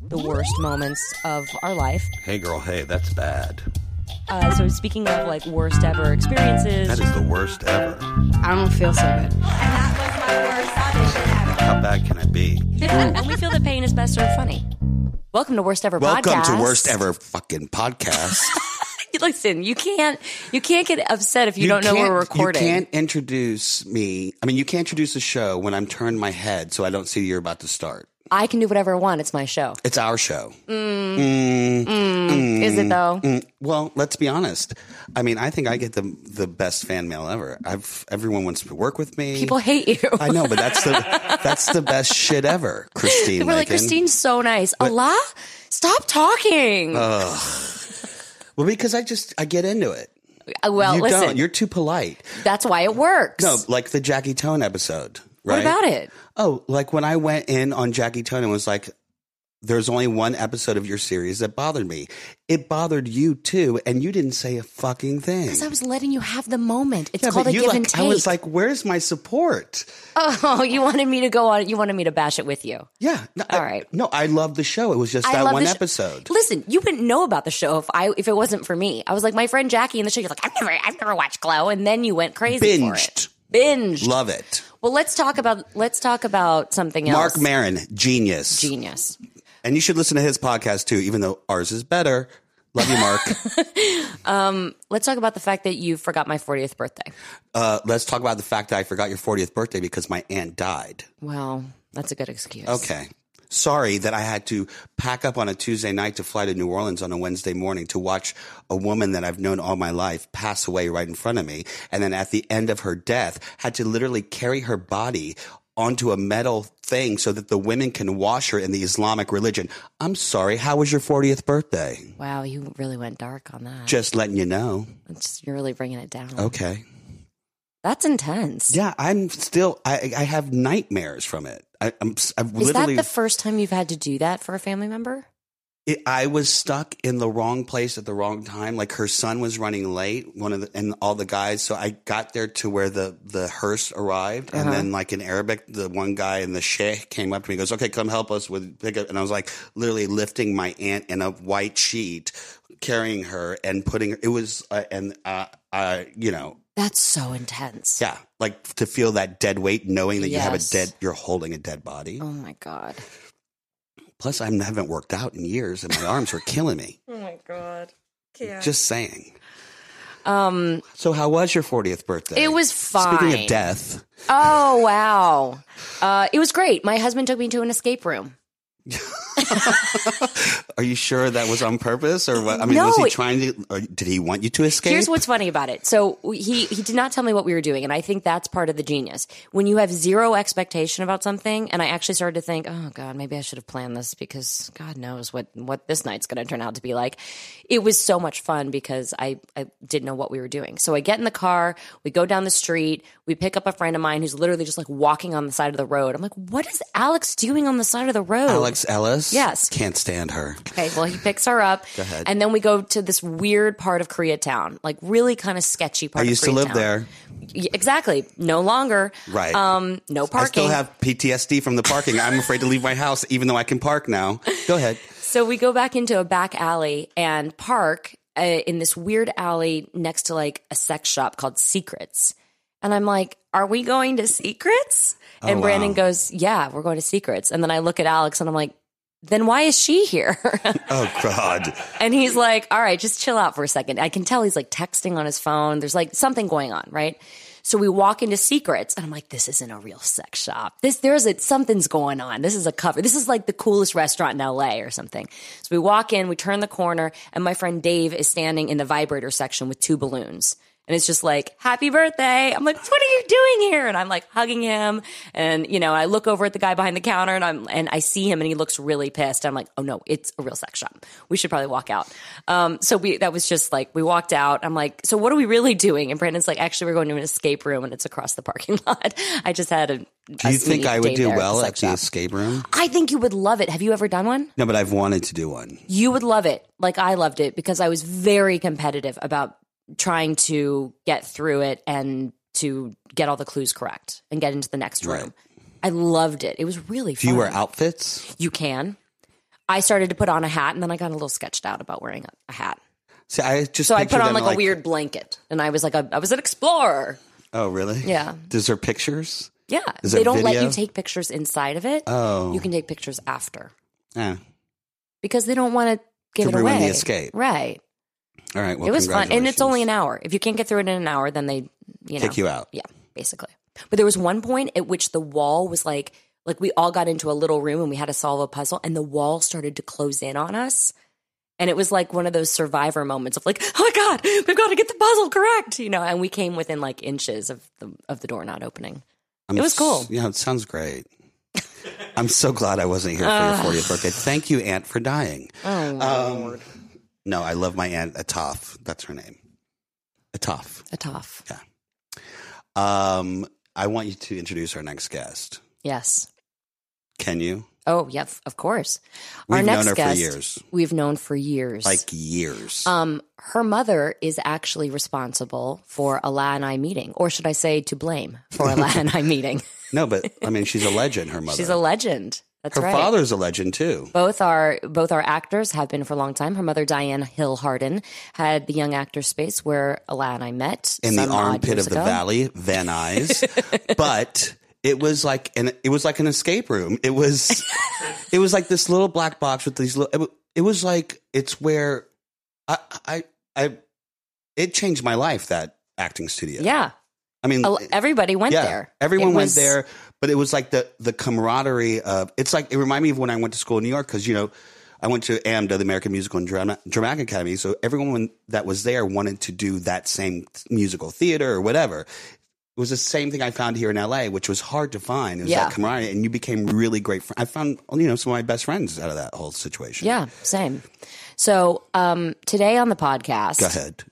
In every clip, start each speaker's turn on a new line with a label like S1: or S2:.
S1: the worst moments of our life.
S2: Hey, girl, hey, that's bad.
S1: Uh, so speaking of like worst ever experiences,
S2: That is the worst ever.
S3: I don't feel so
S4: And
S3: good.
S4: that was my worst audition ever.
S2: How bad can it be?
S1: and we feel that pain is best served funny. Welcome to worst ever.
S2: Welcome
S1: podcast.
S2: to worst ever fucking podcast.
S1: Listen, you can't you can't get upset if you, don't know
S2: can't-
S1: we're recording.
S2: You can't introduce me. I mean, you can't introduce a show when I'm turned my head so I don't see you're about to start.
S1: I can do whatever I want. It's my show.
S2: It's our show.
S1: Is it though?
S2: Mm, Well, let's be honest. I mean, I think I get the the best fan mail ever. I've everyone wants to work with me.
S1: People hate you.
S2: I know, but that's the that's the best shit ever, Christine.
S1: People are like,
S2: Lincoln.
S1: Christine's so nice. Allah, stop talking.
S2: Uh, Well, because I just I get into it.
S1: Uh, well,
S2: you
S1: listen,
S2: don't. You're too polite.
S1: that's why it works.
S2: No, Oh, like the Jackie Tone episode.
S1: what
S2: Right?
S1: about it?
S2: Oh, like when I went in on Jackie Tone and was like, there's only one episode of your series that bothered me. It bothered you too, and you didn't say a fucking thing.
S1: Because I was letting you have the moment. It's
S2: yeah,
S1: called
S2: but
S1: a
S2: you
S1: give
S2: like,
S1: and take.
S2: I was like, where's my support?
S1: oh, you wanted me to go on. You wanted me to bash it with you.
S2: Yeah. No,
S1: All
S2: I-
S1: right.
S2: no, I love the show. It was just
S1: I
S2: that
S1: love
S2: one
S1: the sh-
S2: episode.
S1: Listen, you wouldn't know about the show if I if it wasn't for me. I was like my friend Jackie in the show. You're like, I've never I've never watched Glow, and then you went crazy for it.
S2: Binged.
S1: Binge.
S2: Love it.
S1: well, let's talk about let's talk about something
S2: Mark
S1: else.
S2: Marin, genius.
S1: Genius.
S2: and you should listen to his podcast too, even though ours is better. Love you, Mark.
S1: Let's talk about the fact that you forgot my 40th birthday.
S2: uh, let's talk about the fact that I forgot your 40th birthday because my aunt died.
S1: Well, that's a good excuse.
S2: Okay. Sorry that I had to pack up on a Tuesday night to fly to New Orleans on a Wednesday morning to watch a woman that I've known all my life pass away right in front of me. And then at the end of her death, had to literally carry her body onto a metal thing so that the women can wash her in the Islamic religion. I'm sorry. How was your 40th birthday?
S1: Wow, you really went dark on that.
S2: Just letting you know.
S1: It's just- you're really bringing it down.
S2: Okay.
S1: That's intense.
S2: Yeah, I'm still, I, I have nightmares from it. I, I'm, I've
S1: Is that
S2: literally.
S1: the first time you've had to do that for a family member?
S2: it, I was stuck in the wrong place at the wrong time. Like her son was running late, one of the, and all the guys. So I got there to where the the hearse arrived, and then like in Arabic, the one guy in the sheikh came up to me, and goes, "Okay, come help us with pick up." And I was like, literally lifting my aunt in a white sheet, carrying her and putting. It was uh, and uh, uh, you know,
S1: That's so intense.
S2: yeah, like to feel that dead weight, knowing that you have a
S1: Yes.
S2: dead, you're holding a dead body.
S1: Oh my god.
S2: Plus, I haven't worked out in years, and my arms were killing me.
S1: Oh my god.
S2: Just saying.
S1: Um,
S2: So, how was your 40th birthday?
S1: it was fine.
S2: Speaking of death,
S1: Oh wow. Uh, it was great. My husband took me to an escape room.
S2: are you sure that was on purpose, or what? I mean,
S1: No,
S2: was he
S1: it-
S2: trying to? Or did he want you to escape?
S1: Here's what's funny about it. So he he did not tell me what we were doing, and I think that's part of the genius. When you have zero expectation about something, and I actually started to think, oh god, maybe I should have planned this because God knows what what this night's going to turn out to be like. It was so much fun because I I didn't know what we were doing. So I get in the car, we go down the street, we pick up a friend of mine who's literally just like walking on the side of the road. I'm like, what is Alex doing on the side of the road?
S2: Alex Ellis.
S1: Yes.
S2: can't stand her.
S1: Okay, well, he picks her up. And then we go to this weird part of Koreatown, like really kind of sketchy part
S2: I
S1: of
S2: used to live
S1: Koreatown.
S2: there.
S1: Y- Exactly. No longer.
S2: Right.
S1: Um, no
S2: I
S1: parking.
S2: still have PTSD from the parking. I'm afraid to leave my house, even though I can park now. Go ahead.
S1: so we go back into a back alley and park uh, in this weird alley next to like a sex shop called Secrets. And I'm like, are we going to Secrets? And
S2: Oh, wow.
S1: Brandon goes, yeah, we're going to Secrets. And then I look at Alex and I'm like, then why is she here?
S2: Oh God.
S1: And he's like, all right, just chill out for a second. I can tell he's like texting on his phone. There's like something going on, right? So we walk into secrets and I'm like, this isn't a real sex shop. This, there's a, something's going on. This is a cover. This is like the coolest restaurant in LA or something. So we walk in, we turn the corner and my friend Dave is standing in the vibrator section with two balloons. And it's just like, happy birthday. I'm like, what are you doing here? And I'm like hugging him. And, you know, I look over at the guy behind the counter and I'm, and I see him and he looks really pissed. I'm like, oh no, it's a real sex shop. We should probably walk out. Um, so we, that was just like, we walked out. I'm like, so what are we really doing? And Brandon's like, actually, we're going to an escape room and it's across the parking lot. I just had a,
S2: Do you think I would do well at the escape room?
S1: I think you would love it. Have you ever done one?
S2: No, but I've wanted to do one.
S1: you would love it like i loved it because i was very competitive about trying to get through it and to get all the clues correct and get into the next room
S2: Right.
S1: i loved it it was really
S2: Do
S1: fun
S2: you wear outfits?
S1: you can I started to put on a hat, and then I got a little sketched out about wearing a, a hat.
S2: See, I just
S1: So I
S2: picture
S1: put on
S2: them
S1: like, a weird blanket, and I was like, a, I was an explorer.
S2: Oh, really?
S1: Yeah.
S2: Is there pictures?
S1: Yeah,
S2: Is
S1: they
S2: it
S1: don't let
S2: video?
S1: you take pictures inside of it.
S2: Oh.
S1: you can take pictures after
S2: Yeah.
S1: because they don't want to give
S2: To
S1: it
S2: ruin the
S1: away.
S2: escape.
S1: right?
S2: All right. Well,
S1: it was fun, and it's
S2: congratulations.
S1: only an hour. If you can't get through it in an hour, then they you know
S2: Kick you out.
S1: Yeah, basically. But there was one point at which the wall was like, like we all got into a little room and we had to solve a puzzle, and the wall started to close in on us. And it was like one of those survivor moments of like, oh my god, we've got to get the puzzle correct, you know. And we came within like inches of the of the door not opening.
S2: I'm
S1: It was cool.
S2: s- Yeah, it sounds great. I'm so glad I wasn't here for your 40th birthday. Thank you, Aunt, for dying.
S1: Ah. Oh,
S2: Um, no, I love my Aunt Ataf. That's her name. Ataf.
S1: a tough.
S2: Um, I want you to introduce our next guest.
S1: Yes.
S2: Can you?
S1: Oh, yeah, f- of course.
S2: We've
S1: Our next
S2: known her
S1: guest,
S2: for years,
S1: we've known for years.
S2: like years.
S1: um, her mother is actually responsible for a La and I meeting, or should I say, to blame for a La and I meeting.
S2: no, but I mean, she's a legend. Her mother.
S1: She's a legend. That's
S2: her
S1: right.
S2: father's a legend too.
S1: Both are both are actors have been for a long time. Her mother Diane Hill Harden had the Young Actors Space where Ala and I met
S2: in the
S1: some odd
S2: armpit
S1: years
S2: of the
S1: ago.
S2: valley, Van Nuys. but it was like an it was like an escape room. It was it was like this little black box with these little. It, wa- it was like it's where I I I it changed my life that acting studio.
S1: Yeah,
S2: I mean,
S1: Al- everybody went
S2: yeah,
S1: there.
S2: everyone
S1: It
S2: went
S1: was-
S2: there, but it was like the the camaraderie of it's like it reminded me of when I went to school in New York because you know. I went to AMDA, the American Musical and Drama, Dramatic Academy. So everyone that was there wanted to do that same musical theater or whatever. It was the same thing I found here in LA, which was hard to find. It was
S1: Yeah.
S2: that camaraderie, and you became really great. Fr- I found you know some of my best friends out of that whole situation.
S1: Yeah, same. So um, today on the podcast,
S2: Go ahead,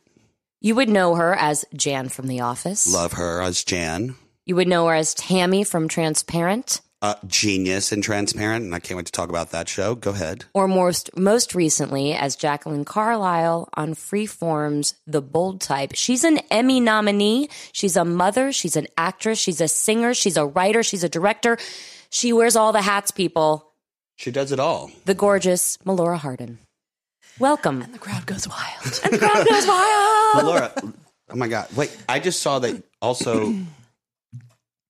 S1: You would know her as Jan from The Office.
S2: love her as Jan,
S1: You would know her as Tammy from Transparent,
S2: uh, genius and transparent, and I can't wait to talk about that show. Go ahead.
S1: or most most recently as Jacqueline Carlisle on Freeform's The Bold Type. She's an Emmy nominee. She's a mother. She's an actress. She's a singer. She's a writer. She's a director. She wears all the hats, people.
S2: She does it all.
S1: The gorgeous Melora Hardin. Welcome.
S3: The crowd goes wild.
S1: And the crowd goes wild.
S2: But Laura, oh my God. Wait, I just saw that also.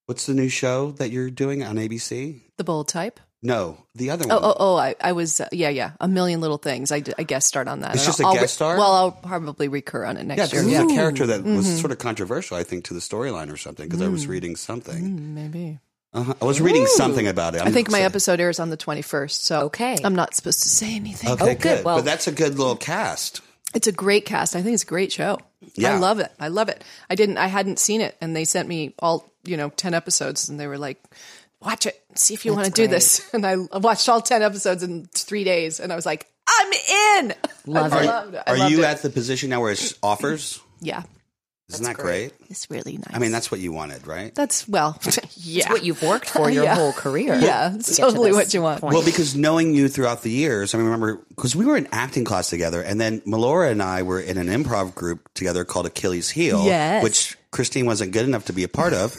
S2: What's the new show that you're doing on ABC?
S3: the bold type.
S2: No, the other one.
S3: Oh, oh, oh! I, I was, uh, yeah, yeah. A million little things. I, d- I guest starred on that.
S2: It's
S3: And
S2: just a
S3: I'll- I'll
S2: guest
S3: re-
S2: star?
S3: Well, I'll probably recur on it
S2: yeah,
S3: next
S2: this
S3: year.
S2: is a
S3: Yeah, Mm-hmm.
S2: character that was sort of controversial, I think, to the storyline or something, because I was
S3: Mm.
S2: reading something.
S1: Mm,
S3: maybe.
S2: Uh-huh. I was reading something about it.
S3: I think my
S2: episode.
S3: episode airs on the twenty first. So
S1: Okay.
S3: I'm not supposed to say anything.
S2: Okay,
S1: Oh,
S2: good.
S1: good. Well-
S2: but that's a good little cast.
S3: It's a great cast. I think it's a great show.
S2: Yeah.
S3: I love it. I love it. I didn't. I hadn't seen it, and they sent me all you know ten episodes, and they were like, "Watch it. See if you want to do this." And I watched all ten episodes in three days, and I was like, "I'm in."
S1: Love
S3: I
S1: it.
S3: loved it. I
S2: Are
S3: loved
S2: you
S3: it.
S2: at the position now where it's offers?
S3: Yeah,
S2: Isn't that great.
S3: it's really nice.
S2: I mean, that's what you wanted, right?
S3: That's well, yeah.
S1: What you've worked for your
S3: Yeah.
S1: whole career.
S3: Yeah,
S1: to
S3: it's
S1: get to
S3: totally
S1: this
S3: what you want.
S1: point.
S2: Well, because knowing you throughout the years, I remember because we were in acting class together, and then Melora and I were in an improv group together called Achilles Heel,
S3: Yes.
S2: which Christine wasn't good enough to be a part of.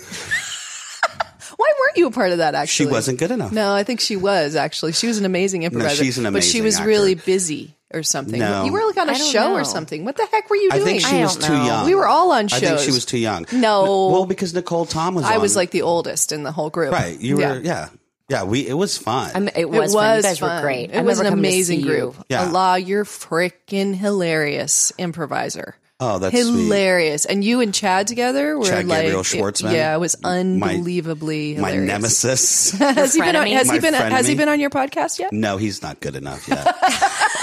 S3: Why weren't you a part of that?
S2: She
S3: Actually,
S2: wasn't good enough.
S3: No, I think she was actually. She was an amazing improviser.
S2: she's an
S3: but she
S2: amazing
S3: was
S2: actor.
S3: really busy or something.
S2: No.
S3: You were like on a
S1: I don't
S3: show
S1: know.
S3: or something. What the heck were you
S2: I
S3: doing?
S2: think she
S1: I
S2: was
S1: don't
S2: too
S1: know.
S2: young.
S3: We were all on
S2: I think she
S3: shows.
S2: was too young.
S3: No.
S2: well, because Nicole Tom was.
S3: I was
S2: on-
S3: like the oldest in the whole group.
S2: right. You were, yeah, yeah. We it was fun.
S1: I'm- it was, fun. You guys were
S3: fun.
S1: great.
S3: It
S1: I
S3: was
S1: remember coming
S3: an
S1: to
S3: amazing
S1: see you.
S3: group.
S2: Yeah.
S3: Allah, you're freaking hilarious improviser.
S2: Oh, that's sweet.
S3: hilarious! And you and Chad together were
S2: Chad
S3: like,
S2: Gabriel Schwartzman.
S3: yeah, it was
S2: My-
S3: unbelievably
S2: My
S3: hilarious.
S2: nemesis.
S3: Has he been? On,
S1: Frenemy.
S3: has he
S2: My
S3: been? Has he
S2: frenemy.
S3: been on your podcast yet?
S2: no, he's not good enough yet.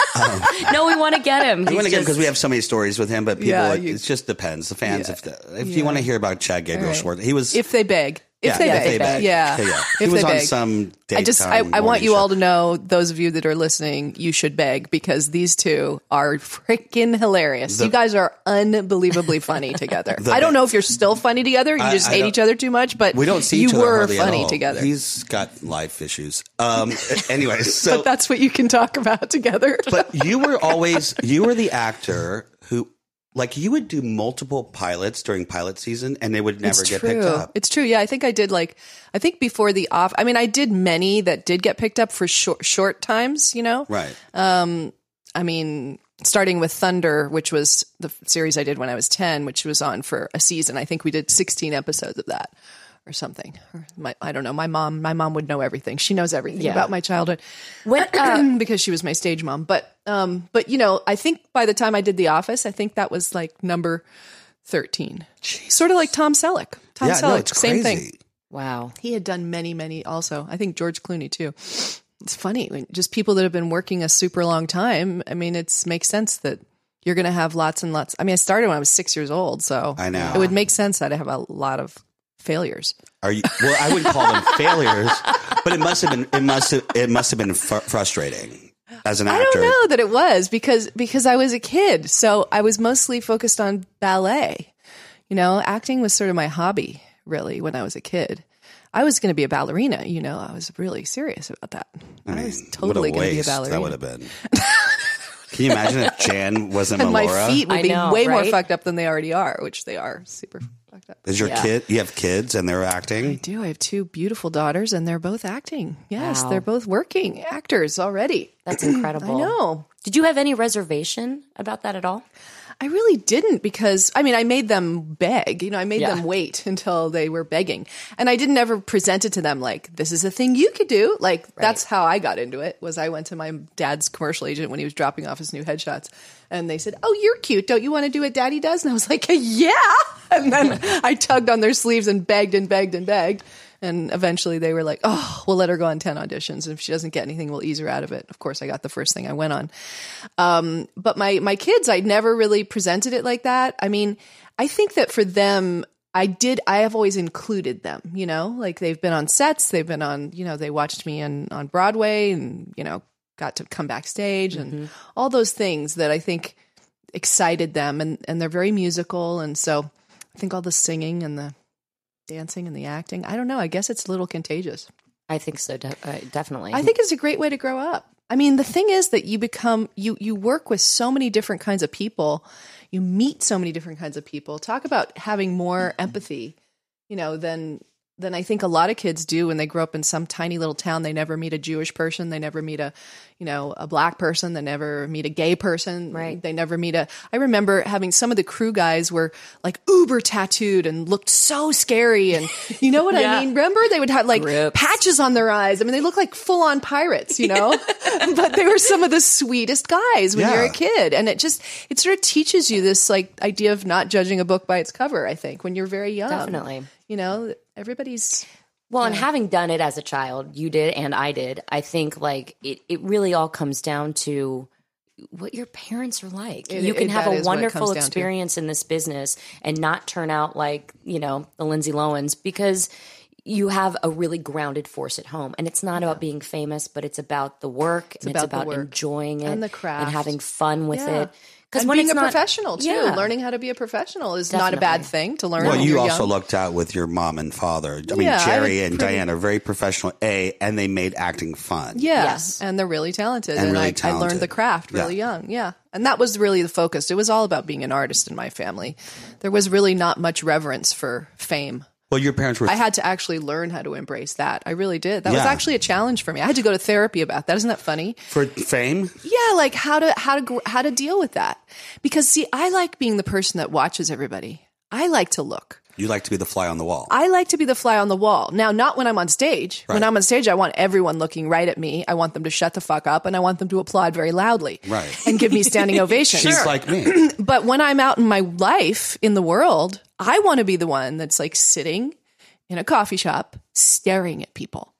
S1: No, we want to get him.
S2: We
S1: He's
S2: want to get
S1: just-
S2: because we have so many stories with him, but people,
S3: Yeah,
S2: it,
S3: you-
S2: it just depends. The fans, if, the, if you want to hear about Chad Gabriel
S3: All right.
S2: Schwartz, he was
S3: If they beg. If they beg. Yeah.
S2: He
S3: If
S2: was
S3: they
S2: on
S3: beg.
S2: some
S3: I just I,
S2: daytime
S3: I want
S2: morning
S3: you
S2: show.
S3: all to know, those of you that are listening, you should beg because these two are freaking hilarious. you guys are unbelievably funny together. I don't know if you're still funny together. You
S2: I-
S3: just
S2: I
S3: hate
S2: don't-
S3: each other too much, but
S2: we don't see
S3: you
S2: each other
S3: were
S2: hardly at
S3: funny
S2: all.
S3: together.
S2: He's got life issues. Um anyway, so
S3: but that's what you can talk about together.
S2: but you were always you were the actor who Like he would do multiple pilots during pilot season, and they would never
S3: it's
S2: get
S3: true.
S2: picked up.
S3: It's true. Yeah, I think I did like I think before the off. I mean, I did many that did get picked up for short short times. You know,
S2: right.
S3: I mean, starting with Thunder, which was the f- series I did when I was ten, which was on for a season. I think we did sixteen episodes of that or something. Or my, I don't know. My mom, my mom would know everything. She knows everything
S1: Yeah.
S3: about my childhood.
S1: When, uh,
S3: because she was my stage mom. But um, but you know, I think by the time I did The Office, I think that was like number thirteen. Sort of like Tom Selleck. Tom
S2: yeah,
S3: Selleck,
S2: no, it's crazy.
S3: same thing.
S1: wow.
S3: He had done many, many also. I think George Clooney too. It's funny, when- just people that have been working a super long time. I mean, it's makes sense that you're going to have lots and lots. I mean, I started when I was six years old, so
S2: I know.
S3: it would make sense that I have a lot of failures.
S2: Are you? Well, I wouldn't call them failures, but it must have been. It must have. It must have been fr- frustrating as an
S3: I
S2: actor.
S3: don't know that it was because because I was a kid, so I was mostly focused on ballet. You know, acting was sort of my hobby really when I was a kid. I was going to be a ballerina. You know, I was really serious about that. I,
S2: mean,
S3: was
S2: what a
S3: totally going to be a
S2: waste
S3: ballerina.
S2: That would have been. Can you imagine if Jan wasn't
S3: and
S2: Melora?
S3: my feet
S1: I
S3: would be
S1: know,
S3: way more
S1: right?
S3: fucked up than they already are, which they are super fucked up.
S2: Is your kid? You have kids, and they're acting.
S3: Do I have two beautiful daughters and they're both acting? Yes,
S1: Wow.
S3: they're both working actors already.
S1: That's incredible.
S3: I know.
S1: Did you have any reservation about that at all?
S3: I really didn't because I mean I made them beg, you know, I made
S1: Yeah.
S3: them wait until they were begging. And I didn't ever present it to them like this is a thing you could do. Like that's how I got into it was I went to my dad's commercial agent when he was dropping off his new headshots and they said, "Oh, you're cute. Don't you want to do what daddy does?" And I was like, "Yeah." And then I tugged on their sleeves and begged and begged and begged. And eventually they were like, oh, we'll let her go on 10 auditions. And if she doesn't get anything, we'll ease her out of it. Of course, I got the first thing I went on but my my kids i never really presented it like that i mean i think that for them i did i have always included them you know like they've been on sets they've been on you know they watched me on on broadway and you know got to come backstage and all those things that i think excited them and and they're very musical and so i think all the singing and the dancing and the acting i don't know i guess it's a little contagious
S1: I think so, de- uh, definitely.
S3: I think it's a great way to grow up. I mean, the thing is that you become you you work with so many different kinds of people. You meet so many different kinds of people. Talk about having more
S1: Mm-hmm.
S3: empathy, you know, than than I think a lot of kids do when they grow up in some tiny little town. They never meet a Jewish person. They never meet a, you know, a black person. They never meet a gay person.
S1: Right.
S3: They never meet a. I remember having some of the crew guys were like uber tattooed and looked so scary, and you know what I
S1: Yeah.
S3: mean. Remember they would have like
S1: Rips.
S3: patches on their eyes. I mean, they look like full on pirates, you know? but they were some of the sweetest guys when you're
S2: Yeah.
S3: a kid. And it just, it sort of teaches you this like idea of not judging a book by its cover, I think, when you're very young.
S1: Definitely.
S3: You know, everybody's,
S1: Um, Well, and having done it as a child, you did and I did, I think like it, it really all comes down to what your parents are like.
S3: It-
S1: you can
S3: it-
S1: have
S3: that
S1: a
S3: is what it comes
S1: wonderful
S3: down to.
S1: experience in this business and not turn out like, you know, the Lindsay Lohans because you have a really grounded force at home. And it's not about being famous, but it's about the work and
S3: about
S1: it's
S3: the
S1: about
S3: work.
S1: enjoying it
S3: And the craft.
S1: and having fun with
S3: yeah.
S1: it. Because
S3: And
S1: when
S3: being
S1: it's
S3: a
S1: not-
S3: professional too,
S1: Yeah.
S3: learning how to be a professional is not a bad
S1: Definitely.
S3: thing to learn.
S2: Well,
S3: when
S2: you
S3: you're
S2: also
S3: young.
S2: lucked out with your mom and father. I mean,
S3: Yeah, I
S2: Jerry
S3: was
S2: and
S3: pretty-
S2: Diane are very professional, A, and they made acting fun.
S3: Yeah.
S1: Yes.
S3: And they're really talented.
S2: And
S3: And,
S2: really
S3: I, I
S2: talented.
S3: learned the craft really
S2: Yeah.
S3: young. Yeah. And that was really the focus. It was all about being an artist in my family. There was really not much reverence for fame.
S2: Well, your parents were.
S3: I had to actually learn how to embrace that. I really did. That was
S2: Yeah.
S3: actually a challenge for me. I had to go to therapy about that. Isn't that funny?
S2: for fame?
S3: Yeah, like how to how to gr- how to deal with that. Because see, I like being the person that watches everybody. I like to look.
S2: You like to be the fly on the wall.
S3: I like to be the fly on the wall. Now, not when I'm on stage. When
S2: Right.
S3: I'm on stage, I want everyone looking right at me. I want them to shut the fuck up and I want them to applaud very loudly.
S2: Right.
S3: And give me standing ovations.
S2: She's like me.
S3: But when I'm out in my life in the world, I want to be the one that's like sitting in a coffee shop staring at people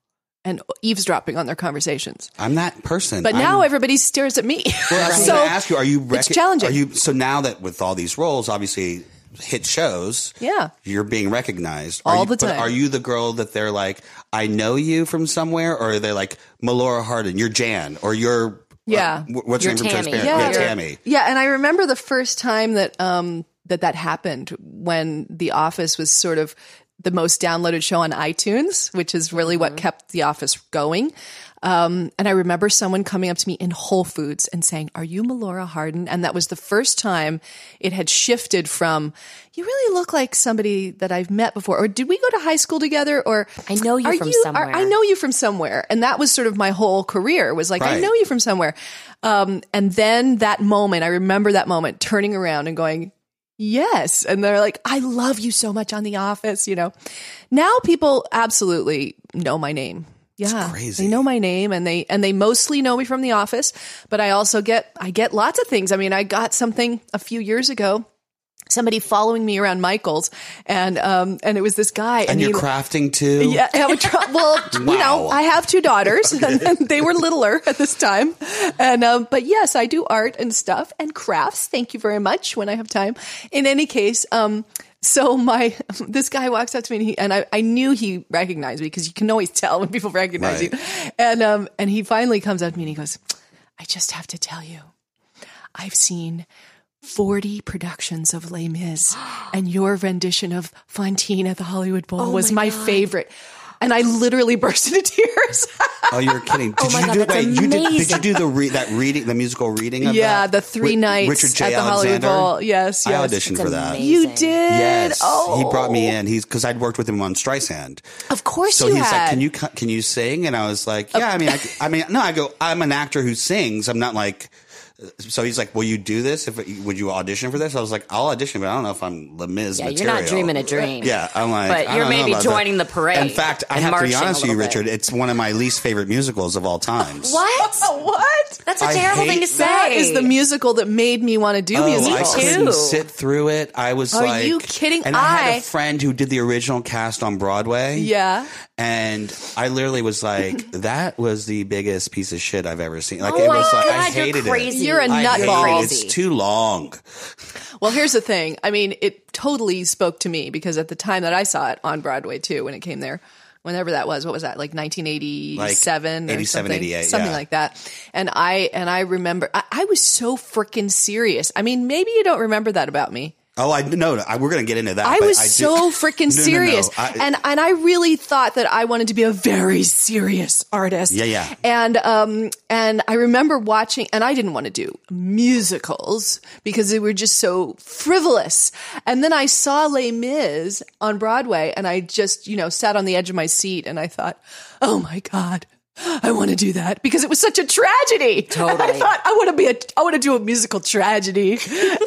S3: and eavesdropping on their conversations.
S2: I'm that person.
S3: But
S2: I'm-
S3: now everybody stares at me.
S2: Well, that's
S3: so
S2: what I was going to ask you. Are you rec-
S3: it's challenging.
S2: Are you so now that with all these roles, obviously hit shows?
S3: Yeah.
S2: you're being recognized Are
S3: All
S2: you-
S3: the
S2: but
S3: time.
S2: are you the girl that they're like, I know you from somewhere, or are they like Melora Hardin? You're Jan, or you're
S3: Yeah.
S2: uh, wh- what's your
S1: You're
S2: name from
S1: Tammy.
S2: Transparent?
S1: Yeah,
S2: Yeah,
S1: you're-
S2: Tammy.
S3: Yeah, and I remember the first time that um that that happened when The Office was sort
S2: Mm-hmm.
S3: of the most downloaded show on iTunes, which is really what kept The Office going. Um, and I remember someone coming up to me in Whole Foods and saying, Are you Melora Hardin? And that was the first time it had shifted from, You really look like somebody that I've met before. Or did we go to high school together? Or
S1: I know you
S3: "Are
S1: from
S3: are-
S1: somewhere."
S3: I know you from somewhere. And that was sort of my whole career was like, I
S2: Right.
S3: know you from somewhere. Um, and then that moment, I remember that moment turning around and going, Yes. And they're like, I love you so much on The Office, you know. Now people absolutely know my name. Yeah.
S2: crazy.
S3: They know my name and they and they mostly know me from The Office, but I also get I get lots of things. I mean, I got something a few years ago. Somebody following me around Michael's, and um, and it was this guy,
S2: And
S3: he,
S2: you're crafting too.
S3: yeah, I would try, well, you know,
S2: Wow.
S3: I have two daughters, and they were littler at this time, and um, but yes, I do art and stuff and crafts. Thank you very much when I have time. In any case, um, so my this guy walks up to me, and, he, and I, I knew he recognized me because you can always tell when people recognize
S2: Right.
S3: you, and um, and he finally comes up to me and he goes, "I just have to tell you, I've seen." 40 productions of Les Mis, and your rendition of Fontaine at the Hollywood
S2: Oh
S3: Bowl was my, favorite. And I literally burst into tears.
S2: Oh, you're kidding. Did
S1: my
S2: you
S1: God,
S2: do
S1: that's
S2: wait, you did, did you
S1: amazing.
S2: do the re- that reading the musical reading of
S3: yeah,
S2: that?
S3: the three
S2: With
S3: nights
S2: Richard J.
S3: at the
S2: Alexander?
S3: Hollywood Bowl. Yes, yes.
S2: I auditioned
S1: It's
S2: for that.
S1: amazing.
S3: You did.
S2: Yes.
S3: Oh,
S2: He brought me in. He's because I'd worked with him on Streisand.
S3: Of course,
S2: So
S3: you
S2: he's
S3: had.
S2: like, "Can you cu- can you sing?" And I was like, "Yeah, I mean, I, I mean, no." I go, "I'm an actor who sings. I'm not like." So he's like, "Will you do this? If it, would you audition for this?" I was like, "I'll audition, but I don't know if I'm Les Mis
S1: Yeah,
S2: material."
S1: you're not dreaming a dream.
S2: Yeah, I'm like,
S1: But
S2: I
S1: you're
S2: don't know
S1: maybe
S2: about
S1: joining
S2: that.
S1: the parade
S2: In fact, I
S1: and
S2: have to be
S1: marching a
S2: honest with you,
S1: little bit.
S2: Richard. It's one of my least favorite musicals of all time.
S1: What?
S3: what?
S1: That's a
S2: I
S1: terrible
S2: hate
S1: thing to
S2: that.
S1: say.
S3: That is the musical that made me want to do
S2: Oh,
S3: music.
S2: I
S1: too.
S2: couldn't sit through it. I was
S3: Are
S2: like,
S3: you kidding?
S2: And I, had
S3: I-
S2: a friend who did the original cast on Broadway.
S3: Yeah.
S2: and I literally was like, that was the biggest piece of shit I've ever seen. Like
S1: Oh
S2: it
S1: my
S2: was like I
S1: God, you're
S2: hated
S1: crazy.
S2: it.
S3: You're a
S2: I hated
S3: nutball.
S2: it. It's too long.
S3: Well, here's the thing. I mean, it totally spoke to me because at the time that I saw it on Broadway too, when it came there, whenever that was, what was that? Like 1987 or
S2: 87,
S3: something,
S2: 88,
S3: something
S2: yeah.
S3: like that. And I and I remember I, I was so freaking serious. I mean, maybe you don't remember that about me.
S2: Oh, I no, no I, we're gonna get into that.
S3: I
S2: but
S3: was
S2: do-
S3: so freaking
S2: No, no, no.
S3: serious,
S2: I- uh,
S3: and and I really thought that I wanted to be a very serious artist.
S2: Yeah, yeah.
S3: And um and I remember watching, and I didn't want to do musicals because they were just so frivolous. And then I saw Les Mis on Broadway, and I just you know sat on the edge of my seat, and I thought, oh my god. I want to do that because it was such a tragedy. And I
S1: Totally.
S3: thought I want to be a I want to do a musical tragedy,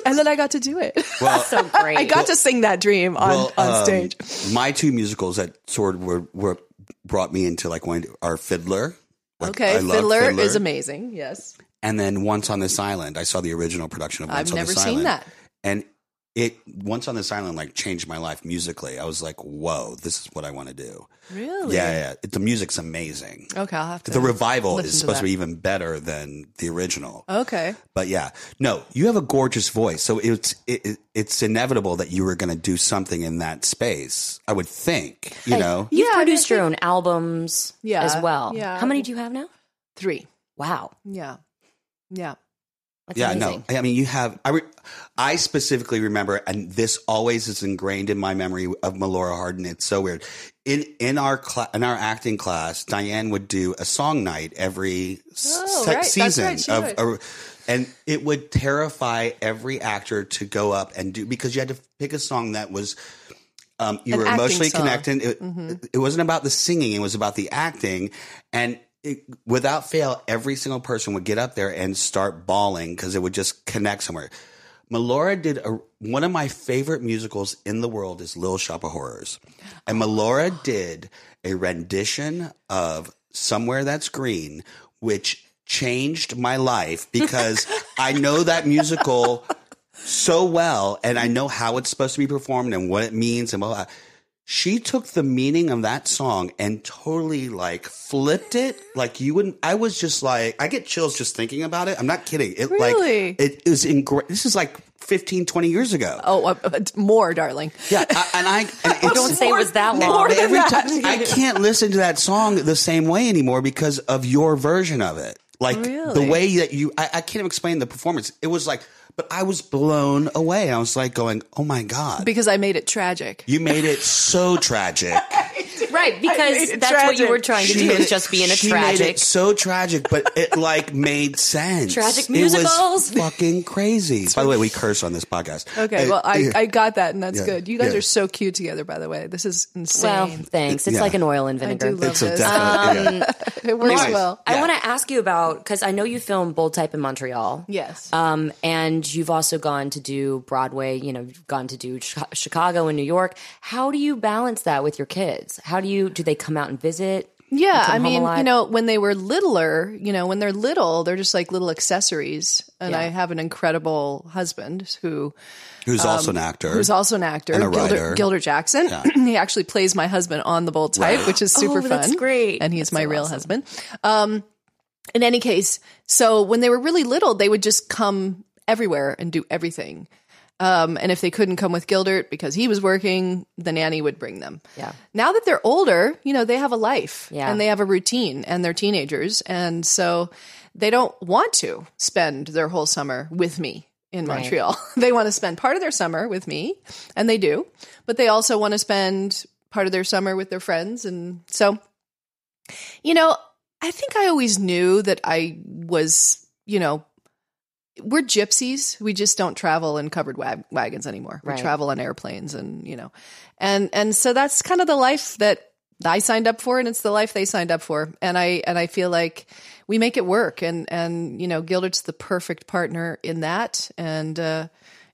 S3: and then I got to do it.
S2: well,
S1: so great.
S3: I got to sing that dream on,
S2: well,
S3: on
S2: um,
S3: stage.
S2: my two musicals that sort of were, were brought me into like one are Fiddler. Like,
S3: Okay,
S2: I love
S3: Fiddler, is amazing. Yes.
S2: and then Once on This Island. I saw the original production of Once
S3: I've
S2: on
S3: never
S2: This
S3: seen
S2: Island.
S3: that.
S2: And it Once on This Island like changed my life musically. I was like, whoa, this is what I want to do.
S3: Really?
S2: Yeah, yeah. It, the music's amazing.
S3: Okay, I'll have to.
S2: The revival
S3: listen
S2: is
S3: to
S2: supposed to,
S3: that. Oh.
S2: be even better than the original.
S3: okay.
S2: But yeah, no, you have a gorgeous voice, so it's it, it, it's inevitable that you were going to do something in that space. I would think, you know.
S1: You've
S3: Yeah, I mean,
S1: produced
S3: I
S1: your own albums
S3: Yeah,
S1: as well.
S3: yeah.
S1: How many do you have now?
S3: Three.
S1: Wow.
S3: Yeah. Yeah.
S1: That's
S2: Yeah,
S1: amazing.
S2: no. I mean, you have. I, re, I specifically remember, and this always is ingrained in my memory of Melora Hardin. It's so weird. In in our cla- in our acting class, Diane would do a song night every s-
S3: Oh,
S2: se-
S3: right. That's
S2: season
S3: right. She
S2: of, a- and it would terrify every actor to go up and do because you had to pick a song that was. Um, you
S3: An
S2: were
S3: acting
S2: emotionally
S3: song. Mm-hmm.
S2: connected. It, it wasn't about the singing; it was about the acting. And it, without fail, every single person would get up there and start bawling because it would just connect somewhere. Melora did a, one of my favorite musicals in the world is Little Shop of Horrors, and Melora did a rendition of Somewhere That's Green, which changed my life because I know that musical so well and I know how it's supposed to be performed and what it means and blah, blah. She took the meaning of that song and totally like flipped it. Like you wouldn't, I was just like, I get chills just thinking about it. I'm not kidding. It
S3: Really?
S2: like, it is ingra- This is like 15, 20 years ago.
S3: Oh, uh, uh, more, darling. Oh,
S2: Yeah. I, and I, and it
S1: Don't say it was that
S3: More
S1: long.
S3: than
S2: every
S3: that.
S2: time I can't listen to that song the same way anymore because of your version of it. Like
S3: Really?
S2: the way that you, I, I can't even explain the performance. It was like, but I was blown away. I was like going, oh my God.
S3: Because I made it tragic.
S2: you made it so tragic.
S1: right, because
S5: made it
S1: that's what you
S5: tragic.
S1: were trying to
S2: She
S1: do
S2: made
S1: is
S2: it-
S1: just be in a
S2: she Made
S1: tragic.
S2: it so tragic, but it like made sense.
S1: Tragic
S2: It
S1: musicals.
S2: was fucking crazy. By the way, we curse on this podcast.
S3: Okay, well, I, I got that, and that's
S2: Yeah,
S3: good. You guys
S2: yeah.
S3: are so cute together, by the way. This is insane.
S1: well, thanks. It's
S2: Yeah.
S1: like an oil and
S3: I
S1: vinegar.
S3: do love
S2: it's a
S3: this. Um,
S2: definite. yeah.
S3: it works
S2: Anyways.
S3: well.
S1: I
S2: Yeah.
S1: want to ask you about because I know you filmed Bold Type in Montreal.
S3: Yes.
S1: Um, and you've also gone to do Broadway, you know, you've gone to do Chi- Chicago and New York. How do you balance that with your kids? How do you, do they come out and visit?
S3: Yeah,
S1: come
S3: I
S1: home
S3: mean,
S1: alive?
S3: you know, when they were littler, you know, when they're little, they're just like little accessories. And
S1: Yeah.
S3: I have an incredible husband who
S2: Who's also an actor.
S3: um, who's also an actor,
S2: And a
S3: Gilder,
S2: writer.
S3: Gilder Jackson. he actually plays my husband on the Bold Type, which is super
S1: Oh,
S3: fun.
S1: that's great.
S3: and
S1: That's
S3: he's my
S1: so
S3: real
S1: awesome.
S3: husband. Um, in any case, so when they were really little, they would just come everywhere and do everything. Um, and if they couldn't come with Gildert because he was working, the nanny would bring them.
S1: Yeah.
S3: Now that they're older, you know, they have a life
S1: Yeah.
S3: and they have a routine and they're teenagers. And so they don't want to spend their whole summer with me in Montreal. they want to spend part of their summer with me and they do, but they also want to spend part of their summer with their friends. And so, you know, I think I always knew that I was, you know, we're gypsies. We just don't travel in covered wag- wagons anymore. We
S1: Right.
S3: travel on airplanes and, you know, and, and so that's kind of the life that I signed up for and it's the life they signed up for. And I, and I feel like we make it work and, and, you know, Gildert's the perfect partner in that. And, uh,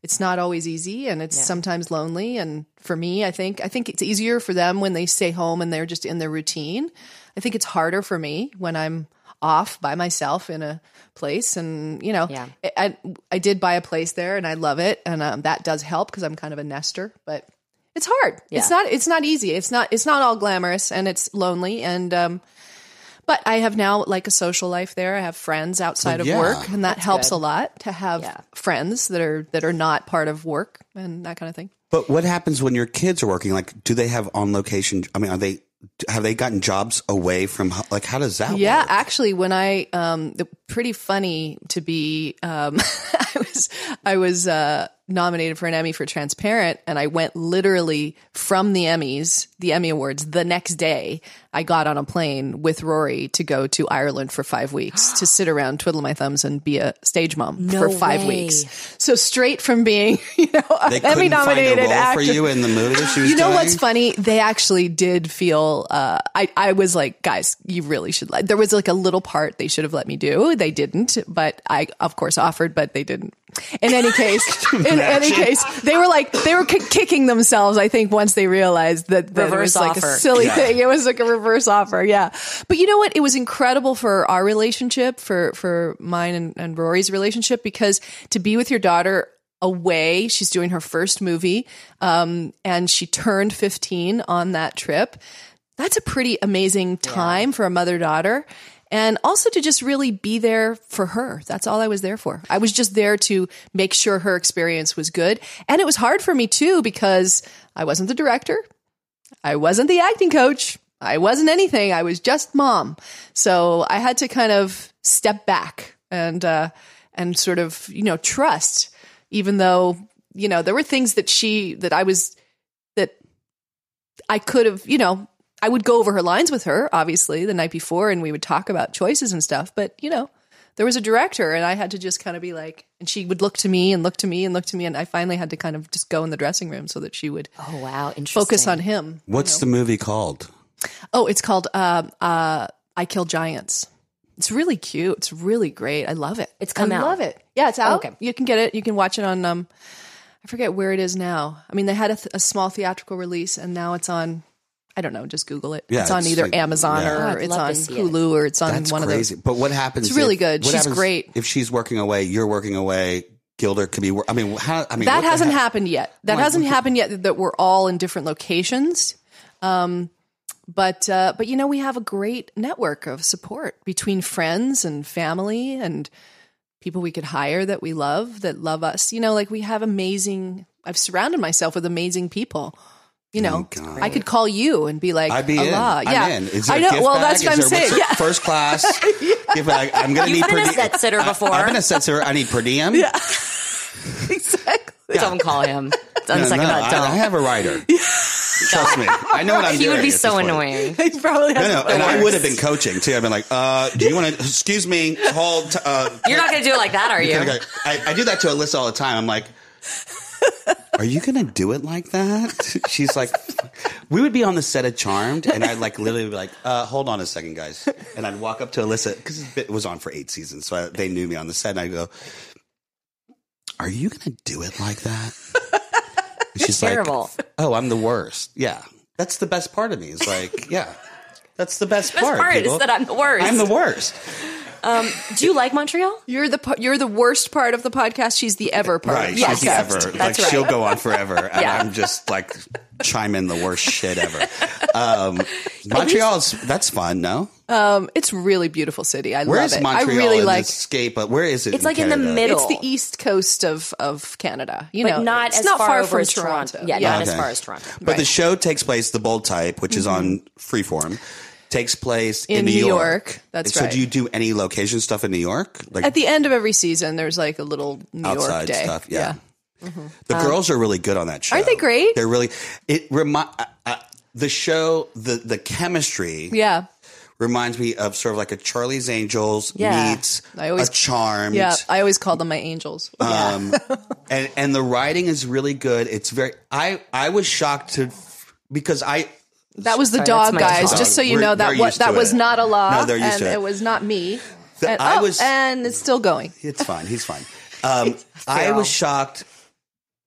S3: it's not always easy and it's sometimes lonely. And for me, I think, I think it's easier for them when they stay home and they're just in their routine. I think it's harder for me when I'm off by myself in a place and you know
S1: Yeah.
S3: I- I, I did buy a place there and I love it and um, that does help because I'm kind of a nester but it's hard it's
S1: Yeah.
S3: not it's not easy it's not it's not all glamorous and it's lonely and um but I have now like a social life there I have friends outside of
S2: yeah.
S3: work and that helps a lot to have
S1: Yeah.
S3: friends that are that are not part of work and that kind of thing
S2: But what happens when your kids are working? Like, do they have on location? I mean, are they have they gotten jobs away from? ho- Like, how does that?
S3: Yeah,
S2: work?
S3: actually, when I um, the, pretty funny to be, um, I was I was uh, nominated for an Emmy for Transparent, and I went literally from the Emmys, the Emmy Awards, the next day. I got on a plane with Rory to go to Ireland for five weeks to sit around, twiddle my thumbs, and be a stage mom for five
S1: way.
S3: weeks. So straight from being, you know, an
S2: they
S3: Emmy
S2: couldn't find a
S3: nominated
S2: role
S3: actor
S2: for you in the movie. That she was
S3: you know
S2: doing?
S3: what's funny? They actually did feel. Uh, I I was like, guys, you really should. Like, there was like a little part they should have let me do. They didn't, but I of course offered, but they didn't. In any case, in any case, they were like they were ki- kicking themselves. I think once they realized that, that it
S1: Reverse
S3: was like a
S1: offer.
S3: silly thing. It was like a reverse offer. Yeah, but you know what? It was incredible for our relationship, for for mine and, and Rory's relationship, because to be with your daughter away she's doing her first movie um, and she turned 15 on that trip that's a pretty amazing time for a mother daughter and also to just really be there for her that's all i was there for i was just there to make sure her experience was good and it was hard for me too because i wasn't the director I wasn't the acting coach. I wasn't anything. I was just mom. So I had to kind of step back and uh, and sort of you know trust, even though you know there were things that she that I was that I could have you know I would go over her lines with her obviously the night before and we would talk about choices and stuff. But you know there was a director and I had to just kind of be like and she would look to me and look to me and look to me and I finally had to kind of just go in the dressing room so that she would
S1: Oh, wow. Interesting.
S3: focus on him.
S2: What's the movie called?
S3: Oh, it's called um uh, I Kill Giants. It's really cute. It's really great. I love it.
S1: It's come
S3: I
S1: out.
S3: love it. Yeah, it's out.
S1: Okay.
S3: You can get it. You can watch it on. Um, I forget where it is now. I mean, they had a, th- a small theatrical release, and now it's on. I don't know. Just Google it.
S2: Yeah,
S3: it's on
S2: it's
S3: either
S2: like-
S3: Amazon
S2: yeah.
S1: Oh,
S3: or
S1: I'd
S3: it's
S1: love to
S3: on
S1: see it.
S3: Hulu or it's on
S2: That's
S3: one
S2: crazy.
S3: of
S2: But what happens?
S3: It's really
S2: if-
S3: good.
S2: what
S3: She's
S2: happens
S3: great.
S2: If she's working away, you're working away. Gilder could be. wor- I mean, how? I mean,
S3: those. That
S2: what the
S3: hasn't
S2: heck?
S3: happened yet. That
S2: Why-
S3: hasn't
S2: what the-
S3: happened yet. That we're all in different locations. Um, but uh, but you know we have a great network of support between friends and family and people we could hire that we love that love us you know like we have amazing i've surrounded myself with amazing people you know
S2: God.
S3: i could call you and be like
S2: I'd be
S3: Allah.
S2: in.
S3: yeah
S2: I'm in. Is
S3: i
S2: there
S3: know
S2: a gift
S3: well
S2: bag?
S3: that's what i'm
S2: Is there- what's
S3: saying
S2: your
S3: yeah
S2: First class. Gift bag. I'm gonna need.
S1: You've been
S2: per
S1: a
S2: diem.
S1: set sitter
S2: I-
S1: before.
S2: I've been a set sitter. I need per diem.
S3: exactly
S1: Don't call him. Don't
S2: No,
S1: second
S2: no,
S1: that. Don't.
S2: I, I have a writer. Trust me. I know what I'm
S1: He
S2: doing.
S1: would be
S2: at
S1: so
S2: this point.
S1: annoying.
S3: He probably has
S2: I know,
S3: the
S2: and I
S3: worst.
S2: would have been coaching too. I've been like, uh, "Do you want to? Excuse me, hold." t- Uh,
S1: You're not going to do it like that, are you?
S2: I, I do that to Alyssa all the time. I'm like, "Are you gonna do it like that?" She's like, "We would be on the set of Charmed," and I'd like literally be like, uh, "Hold on a second, guys," and I'd walk up to Alyssa because it was on for eight seasons, so I, they knew me on the set, and I go, "Are you gonna do it like that?" And She's
S1: Terrible.
S2: like, "Oh, I'm the worst." Yeah, that's the best part of me. Is like, yeah. That's the best,
S1: Best
S2: part.
S1: part is
S2: people.
S1: that I'm the worst.
S2: I'm the worst.
S1: do you like Montreal?
S3: You're the po- you're the worst part of the podcast. She's the ever part.
S2: Right.
S1: Yes,
S2: she's
S1: yes.
S2: ever.
S1: That's
S2: like
S1: right.
S2: she'll go on forever. And
S1: Yeah.
S2: I'm just like chiming the worst shit ever. Um, Montreal's that's fun, no?
S3: Um, it's a really beautiful city. I love
S2: Where's
S3: it.
S2: Montreal
S3: I really
S2: in
S3: like.
S2: the scape of, where is it?
S1: It's like in the
S2: Canada?
S1: middle.
S3: It's the east coast of of Canada. You
S1: But
S3: know,
S1: not
S3: it's
S1: as
S3: not
S1: far,
S3: far
S1: over
S3: from
S1: as Toronto. Yeah, not as
S2: Okay.
S1: far as Toronto.
S2: But the show takes place, the bold type, which is on freeform, takes place in,
S3: Mm-hmm. In New York. That's
S2: so
S3: right.
S2: do you do any location stuff in New York? Like
S3: At the end of every season, there's like a little New York
S2: outside
S3: day. Mm-hmm. Um,
S2: stuff. Yeah. The girls are really good on that show.
S3: Aren't they great?
S2: They're really it remi- uh, uh, the show the the chemistry
S3: yeah,
S2: reminds me of sort of like a Charlie's Angels
S1: Yeah.
S2: meets
S3: I always-
S2: a Charmed.
S3: yeah. I always call them my angels.
S2: Um, and and the writing is really good. It's very. I I was shocked to because I
S3: that was the
S1: sorry,
S3: dog,
S1: that's my
S3: guys.
S1: dog.
S3: Just so you
S2: We're-
S3: know that
S2: they're
S3: what
S2: used
S3: that
S2: to
S3: was
S2: it.
S3: not a law,
S2: No, they're used
S3: and
S2: to it.
S3: was not me.
S2: The-
S3: and,
S2: I
S3: oh,
S2: was-
S3: and it's still going.
S2: it's fine. He's fine. Um, I
S1: Feral.
S2: was shocked.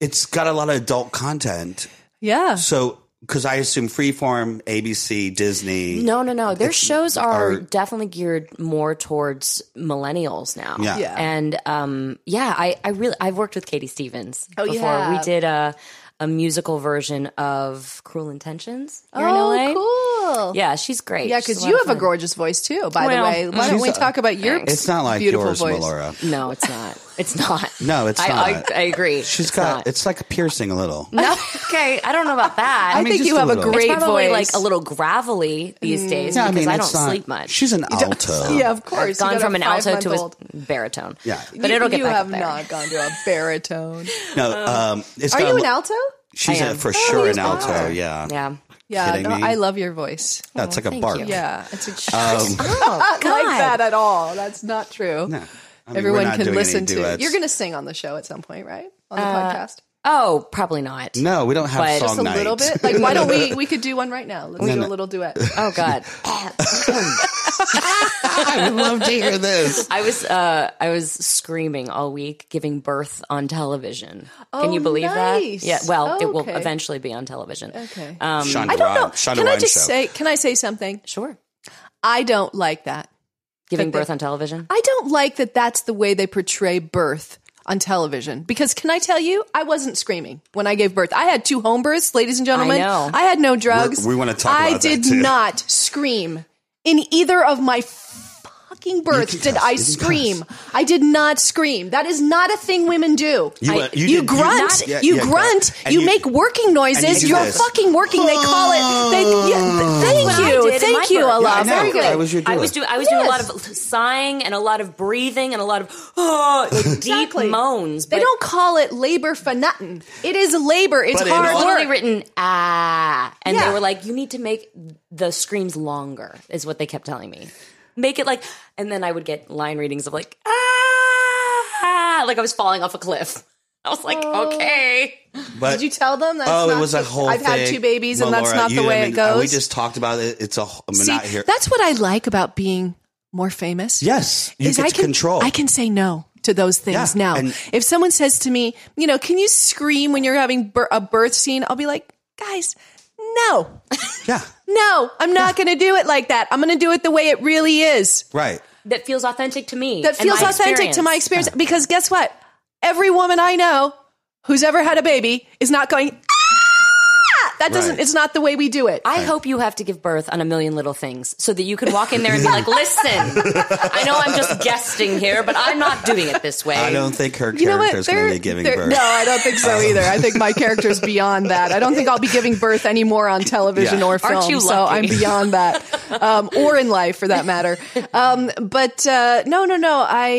S2: It's got a lot of adult content.
S3: Yeah,
S2: So because I assume Freeform, ABC, Disney.
S1: No, no, no. Their shows are,
S2: are-
S1: definitely geared more towards millennials now.
S2: Yeah.
S3: Yeah.
S1: And um, yeah, I, I really I've worked with Katie Stevens
S3: Oh,
S1: before.
S3: yeah.
S1: We did a a musical version of Cruel Intentions here in LA.
S3: oh, cool.
S1: Yeah, she's great.
S3: Yeah,
S1: She's a
S3: because
S1: lot
S3: you
S1: of
S3: have a
S1: fun.
S3: gorgeous voice too. By
S1: Well,
S3: the way, why don't
S2: she's
S3: we
S2: a-
S3: talk about your?
S2: It's not like
S3: beautiful
S2: yours,
S3: voice.
S2: Melora.
S1: No, it's not. It's not.
S2: No, it's
S1: I,
S2: not.
S1: I, I agree.
S2: She's
S1: It's
S2: got.
S1: not.
S2: It's like piercing a little.
S1: no. Okay, I don't know about that.
S3: I,
S2: mean,
S3: think
S2: just
S3: you
S2: a
S3: have a
S2: little.
S3: great
S1: it's probably
S3: voice. Mm.
S1: like a little gravelly these days
S2: No,
S1: because I, don't
S2: it's not-
S1: sleep much.
S2: She's an alto.
S3: Yeah, of
S1: I've
S3: course. You
S1: gone
S3: got
S1: from
S3: a
S1: an alto to a
S3: five-month-old.
S1: baritone.
S2: Yeah.
S1: but it'll get
S3: you
S1: back
S3: have
S1: up there.
S3: not gone to a baritone.
S2: No.
S1: Uh,
S2: Um. It's
S3: Are
S2: got a
S3: you an
S2: li-
S3: alto?
S2: She's
S1: I
S2: a,
S1: am.
S2: for
S3: Oh,
S2: sure
S3: you
S2: an
S3: are.
S2: alto. Yeah.
S1: Yeah.
S3: Yeah,
S2: Kidding
S3: no,
S2: me?
S3: I love your voice.
S2: That's like a
S1: thank
S2: bark.
S1: you.
S3: Yeah, it's a
S1: Oh,
S3: not like that at all. That's not true.
S2: No. I mean, we're
S3: Everyone
S2: not
S3: can
S2: doing any
S3: listen to.
S2: duets.
S3: You're going to sing on the show at some point, right? On the podcast,
S1: Oh, probably not.
S2: No, we don't have
S1: But-
S2: song
S1: Just
S3: a
S2: night.
S3: little bit. Like, why don't we? We could do one right now. Let's do a little duet.
S1: Oh God.
S2: I would love to hear this.
S1: I was uh I was screaming all week giving birth on television. Can you believe
S3: Oh, nice.
S1: that? Yeah, well, it will
S3: Okay.
S1: eventually be on television.
S3: Okay.
S1: Um
S2: Shonda
S3: I don't know.
S2: Rhimes- Shonda
S3: can I
S2: Rhimes
S3: just
S2: show.
S3: say? Can I say something?
S1: sure.
S3: I don't like that.
S1: Giving
S3: But they-
S1: birth on television?
S3: I don't like that that's the way they portray birth on television because can I tell you I wasn't screaming when I gave birth. I had two home births, ladies and gentlemen.
S1: I know.
S3: had no drugs.
S2: We're- we wanna talk
S3: I
S2: about that,
S3: did
S2: too.
S3: not scream in either of my fucking births
S2: can
S3: did
S2: cuss.
S3: I
S2: You can
S3: scream. I did not scream. That is not a thing women do.
S2: You, uh, you did- you-
S3: grunt,
S2: Yeah,
S3: you
S2: yeah,
S3: grunt,
S2: and
S3: you,
S2: you-
S3: make working noises.
S2: do
S3: You're
S2: this. Oh.
S3: fucking working. They call it. They, yeah, thank
S1: I did
S3: you,
S1: in
S3: thank
S1: my
S3: you,
S1: birth.
S3: Allah.
S1: Yeah,
S2: I know.
S3: Very good.
S2: I was your
S1: I
S2: doula.
S1: was doing I was doing a lot of sighing and a lot of breathing and a lot of oh, like
S3: Exactly.
S1: deep moans.
S3: They
S1: but
S3: don't call it labor for nothing. It is labor. It's
S2: But in
S3: hard
S2: all-
S1: literally
S3: work.
S1: written ah and
S3: Yeah.
S1: they were like you need to make the screams longer is what they kept telling me make it like and then i would get line readings of like ah like i was falling off a cliff i was like
S3: Oh.
S1: okay
S2: But,
S3: Did you tell them? That's
S2: Oh,
S3: not
S2: it was
S3: the-
S2: a whole.
S3: I've had
S2: thing.
S3: two babies, and
S2: Well,
S3: that's
S2: Laura,
S3: not the
S2: you- I
S3: way
S2: mean,
S3: it goes.
S2: We just talked about it. It's a. wh- I'm
S3: See,
S2: not here.
S3: that's what I like about being more famous.
S2: Yes, you
S3: is
S2: get
S3: I
S2: to
S3: can,
S2: control.
S3: I can say no to those things
S2: Yeah,
S3: now.
S2: and-
S3: if someone says to me, you know, can you scream when you're having bir- a birth scene? I'll be like, guys, no,
S2: Yeah.
S3: no, I'm not going to do it like that. I'm going to do it the way it really is.
S2: Right.
S1: that feels authentic to me
S3: that
S1: and
S3: feels
S1: my
S3: authentic to my experience. Because guess what? Every woman I know who's ever had a baby is not going. Ah! That doesn't.
S2: Right.
S3: It's not the way we do it.
S1: I hope you have to give birth on a million little things so that you can walk in there and be like, listen, I know I'm just guesting here, but I'm not doing it this way.
S2: I don't think her
S3: you know what?
S2: character's going to be giving
S3: they're-
S2: birth. Um,
S3: No, I don't think so either. I think my character's beyond that. I don't think I'll be giving birth anymore on television
S2: Yeah.
S3: or film.
S1: Aren't you
S3: So I'm
S1: lucky?
S3: beyond that, um, or in life for that matter. Um, but uh, no, no, no. I uh,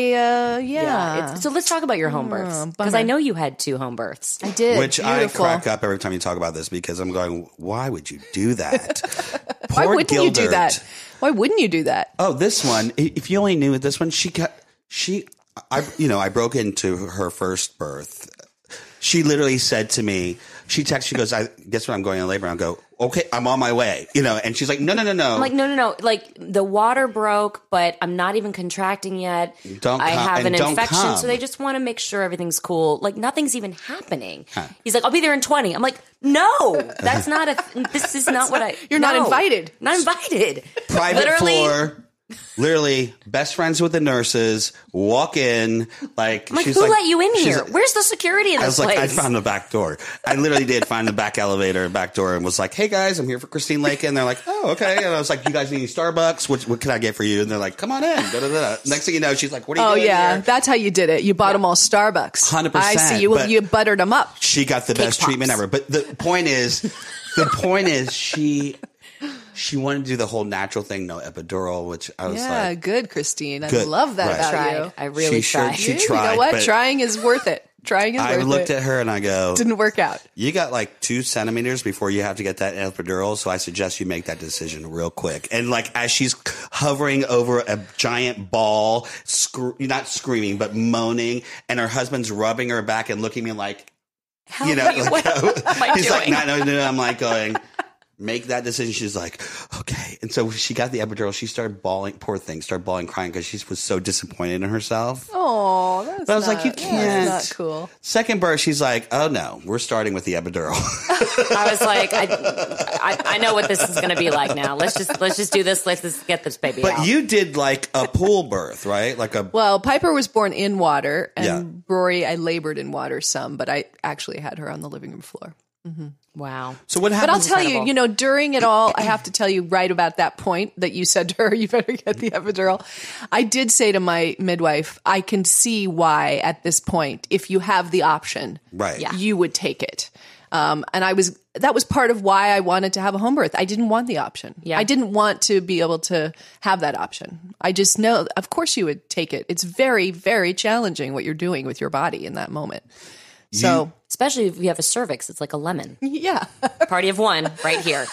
S3: yeah,
S1: Yeah, it's- so let's talk about your home births because I know you had two home births.
S3: I did.
S2: Which I
S3: Beautiful.
S2: crack up every time you talk about this because I'm I'm going, why would you do that?
S3: Why
S2: Poor
S3: wouldn't you do
S2: Gildert.
S3: that? Why wouldn't you do that?
S2: Oh, this one. i- If you only knew this one, she got she. I you know I broke into her first birth. She literally said to me, she texts, she goes, I guess what I'm going in labor. And I go, okay, I'm on my way, you know. And she's like, no, no, no, no.
S1: I'm like, no, no, no. Like the water broke, but I'm not even contracting yet.
S2: Don't
S1: I
S2: come-
S1: have
S2: and
S1: an
S2: don't
S1: infection,
S2: come.
S1: so they just want to make sure everything's cool. Like nothing's even happening. He's like, I'll be there in 20. I'm like, no, that's not a. Th- this is not what I.
S3: you're not
S1: no.
S3: invited.
S1: Not invited.
S2: private
S1: Literally,
S2: floor. Literally, best friends with the nurses. Walk in, like,
S1: I'm like,
S2: she's
S1: who
S2: like,
S1: let you in
S2: she's
S1: here?
S2: like-
S1: Where's the security in
S2: I
S1: this
S2: was like, I
S1: place?
S2: found the back door. I literally did find the back elevator and back door and was like, hey guys, I'm here for Christine Lake. And they're like, oh, okay. And I was like, you guys need any Starbucks? What, what can I get for you? And they're like, come on in. Da, da, da. Next thing you know, she's like, what are you
S3: Oh
S2: doing
S3: yeah,
S2: here?
S3: that's how you did it. You bought them all Starbucks.
S2: 100%,
S3: I see you.
S2: but-
S3: you buttered them up.
S2: she got the best
S1: pops.
S2: treatment ever. But the point is, the point is she, she wanted to do the whole natural thing, no epidural, which I was
S3: Yeah,
S2: like,
S3: good, Christine. I
S2: Good,
S3: love that
S2: right.
S3: about
S1: tried.
S3: you.
S1: I really
S2: she sure-
S1: tried.
S2: she
S3: Yeah, You
S2: tried,
S3: know what?
S2: but-
S3: Trying is worth it. Trying is
S2: I
S3: worth
S2: looked
S3: it.
S2: at her and I go,
S3: Didn't work out.
S2: You got like two centimeters before you have to get that epidural, so I suggest you make that decision real quick. And like as she's hovering over a giant ball, scr- not screaming but moaning, and her husband's rubbing her back and looking at me like, you know, like, he's like, no, no, no. I'm like going. Make that decision. She's like, okay. And so she got the epidural. She started bawling. Poor thing, started bawling, crying because she was so disappointed in herself.
S3: Oh, that's.
S2: But I was like,
S3: not-
S2: you
S3: Yeah,
S2: can't.
S3: that's not cool.
S2: Second birth, she's like, oh no, we're starting with the epidural.
S1: I was like, I, I, I know what this is going to be like now. Let's just let's just do this. Let's just get this baby
S2: But
S1: out.
S2: you did like a pool birth, right? Like a
S3: Well, Piper was born in water, and
S2: Yeah.
S3: Rory, I labored in water some, but I actually had her on the living room floor.
S1: wow.
S2: so what
S3: But
S2: happened?
S3: I'll tell you,
S1: incredible.
S3: you know, during it all, I have to tell you right about that point that you said to her, you better get the epidural. I did say to my midwife, I can see why at this point, if you have the option,
S2: right?
S1: Yeah.
S3: you would take it. Um, and I was, that was part of why I wanted to have a home birth. I didn't want the option.
S1: Yeah.
S3: I didn't want to be able to have that option. I just know, of course, you would take it. It's very, very challenging what you're doing with your body in that moment. So,
S1: Especially if you have a cervix, it's like a lemon.
S3: yeah.
S1: Party of one, right here.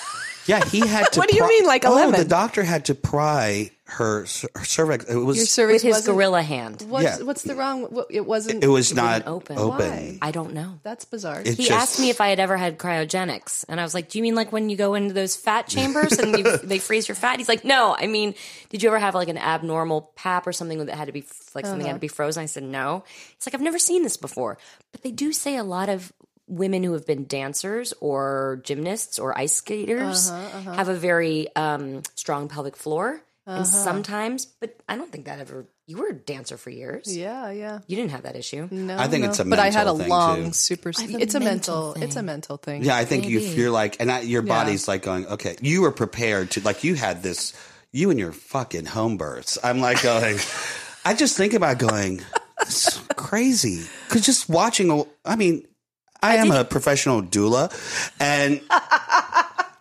S2: Yeah, he had to.
S3: What do you mean, like a
S2: oh,
S3: lemon?
S2: The doctor had to pry her, cer- her cervix. It was
S3: Your cervix
S1: with his
S3: wasn't-
S1: gorilla hand.
S3: What's,
S2: Yeah.
S3: what's the wrong? What, it wasn't.
S2: it was not
S1: open.
S2: open.
S3: Why?
S1: I don't know.
S3: That's bizarre.
S2: It
S1: He
S2: just-
S1: asked me if I had ever had cryogenics, and I was like, "Do you mean like when you go into those fat chambers and you, they freeze your fat?" He's like, "No, I mean, did you ever have like an abnormal pap or something that had to be like something
S3: Uh-huh.
S1: had to be frozen?" I said, "No." It's like I've never seen this before, but they do say a lot of women who have been dancers or gymnasts or ice skaters
S3: Uh-huh,
S1: have a very um, strong pelvic floor,
S3: Uh-huh.
S1: and sometimes, but I don't think that ever. You were a dancer for years.
S3: yeah, yeah.
S1: You didn't have that issue.
S3: No,
S2: I think
S3: no.
S2: it's a
S3: But I had a
S2: mental thing,
S3: long
S2: too.
S3: super.
S1: a
S3: It's a mental.
S1: mental
S3: It's a
S1: thing.
S3: mental thing.
S2: Yeah, I think you you're like, and I, your body's like going, okay, you were prepared to like you had this, you and your fucking home births. I'm like going, I just think about going, this is crazy because just watching. a- I mean, I, am a professional doula, and.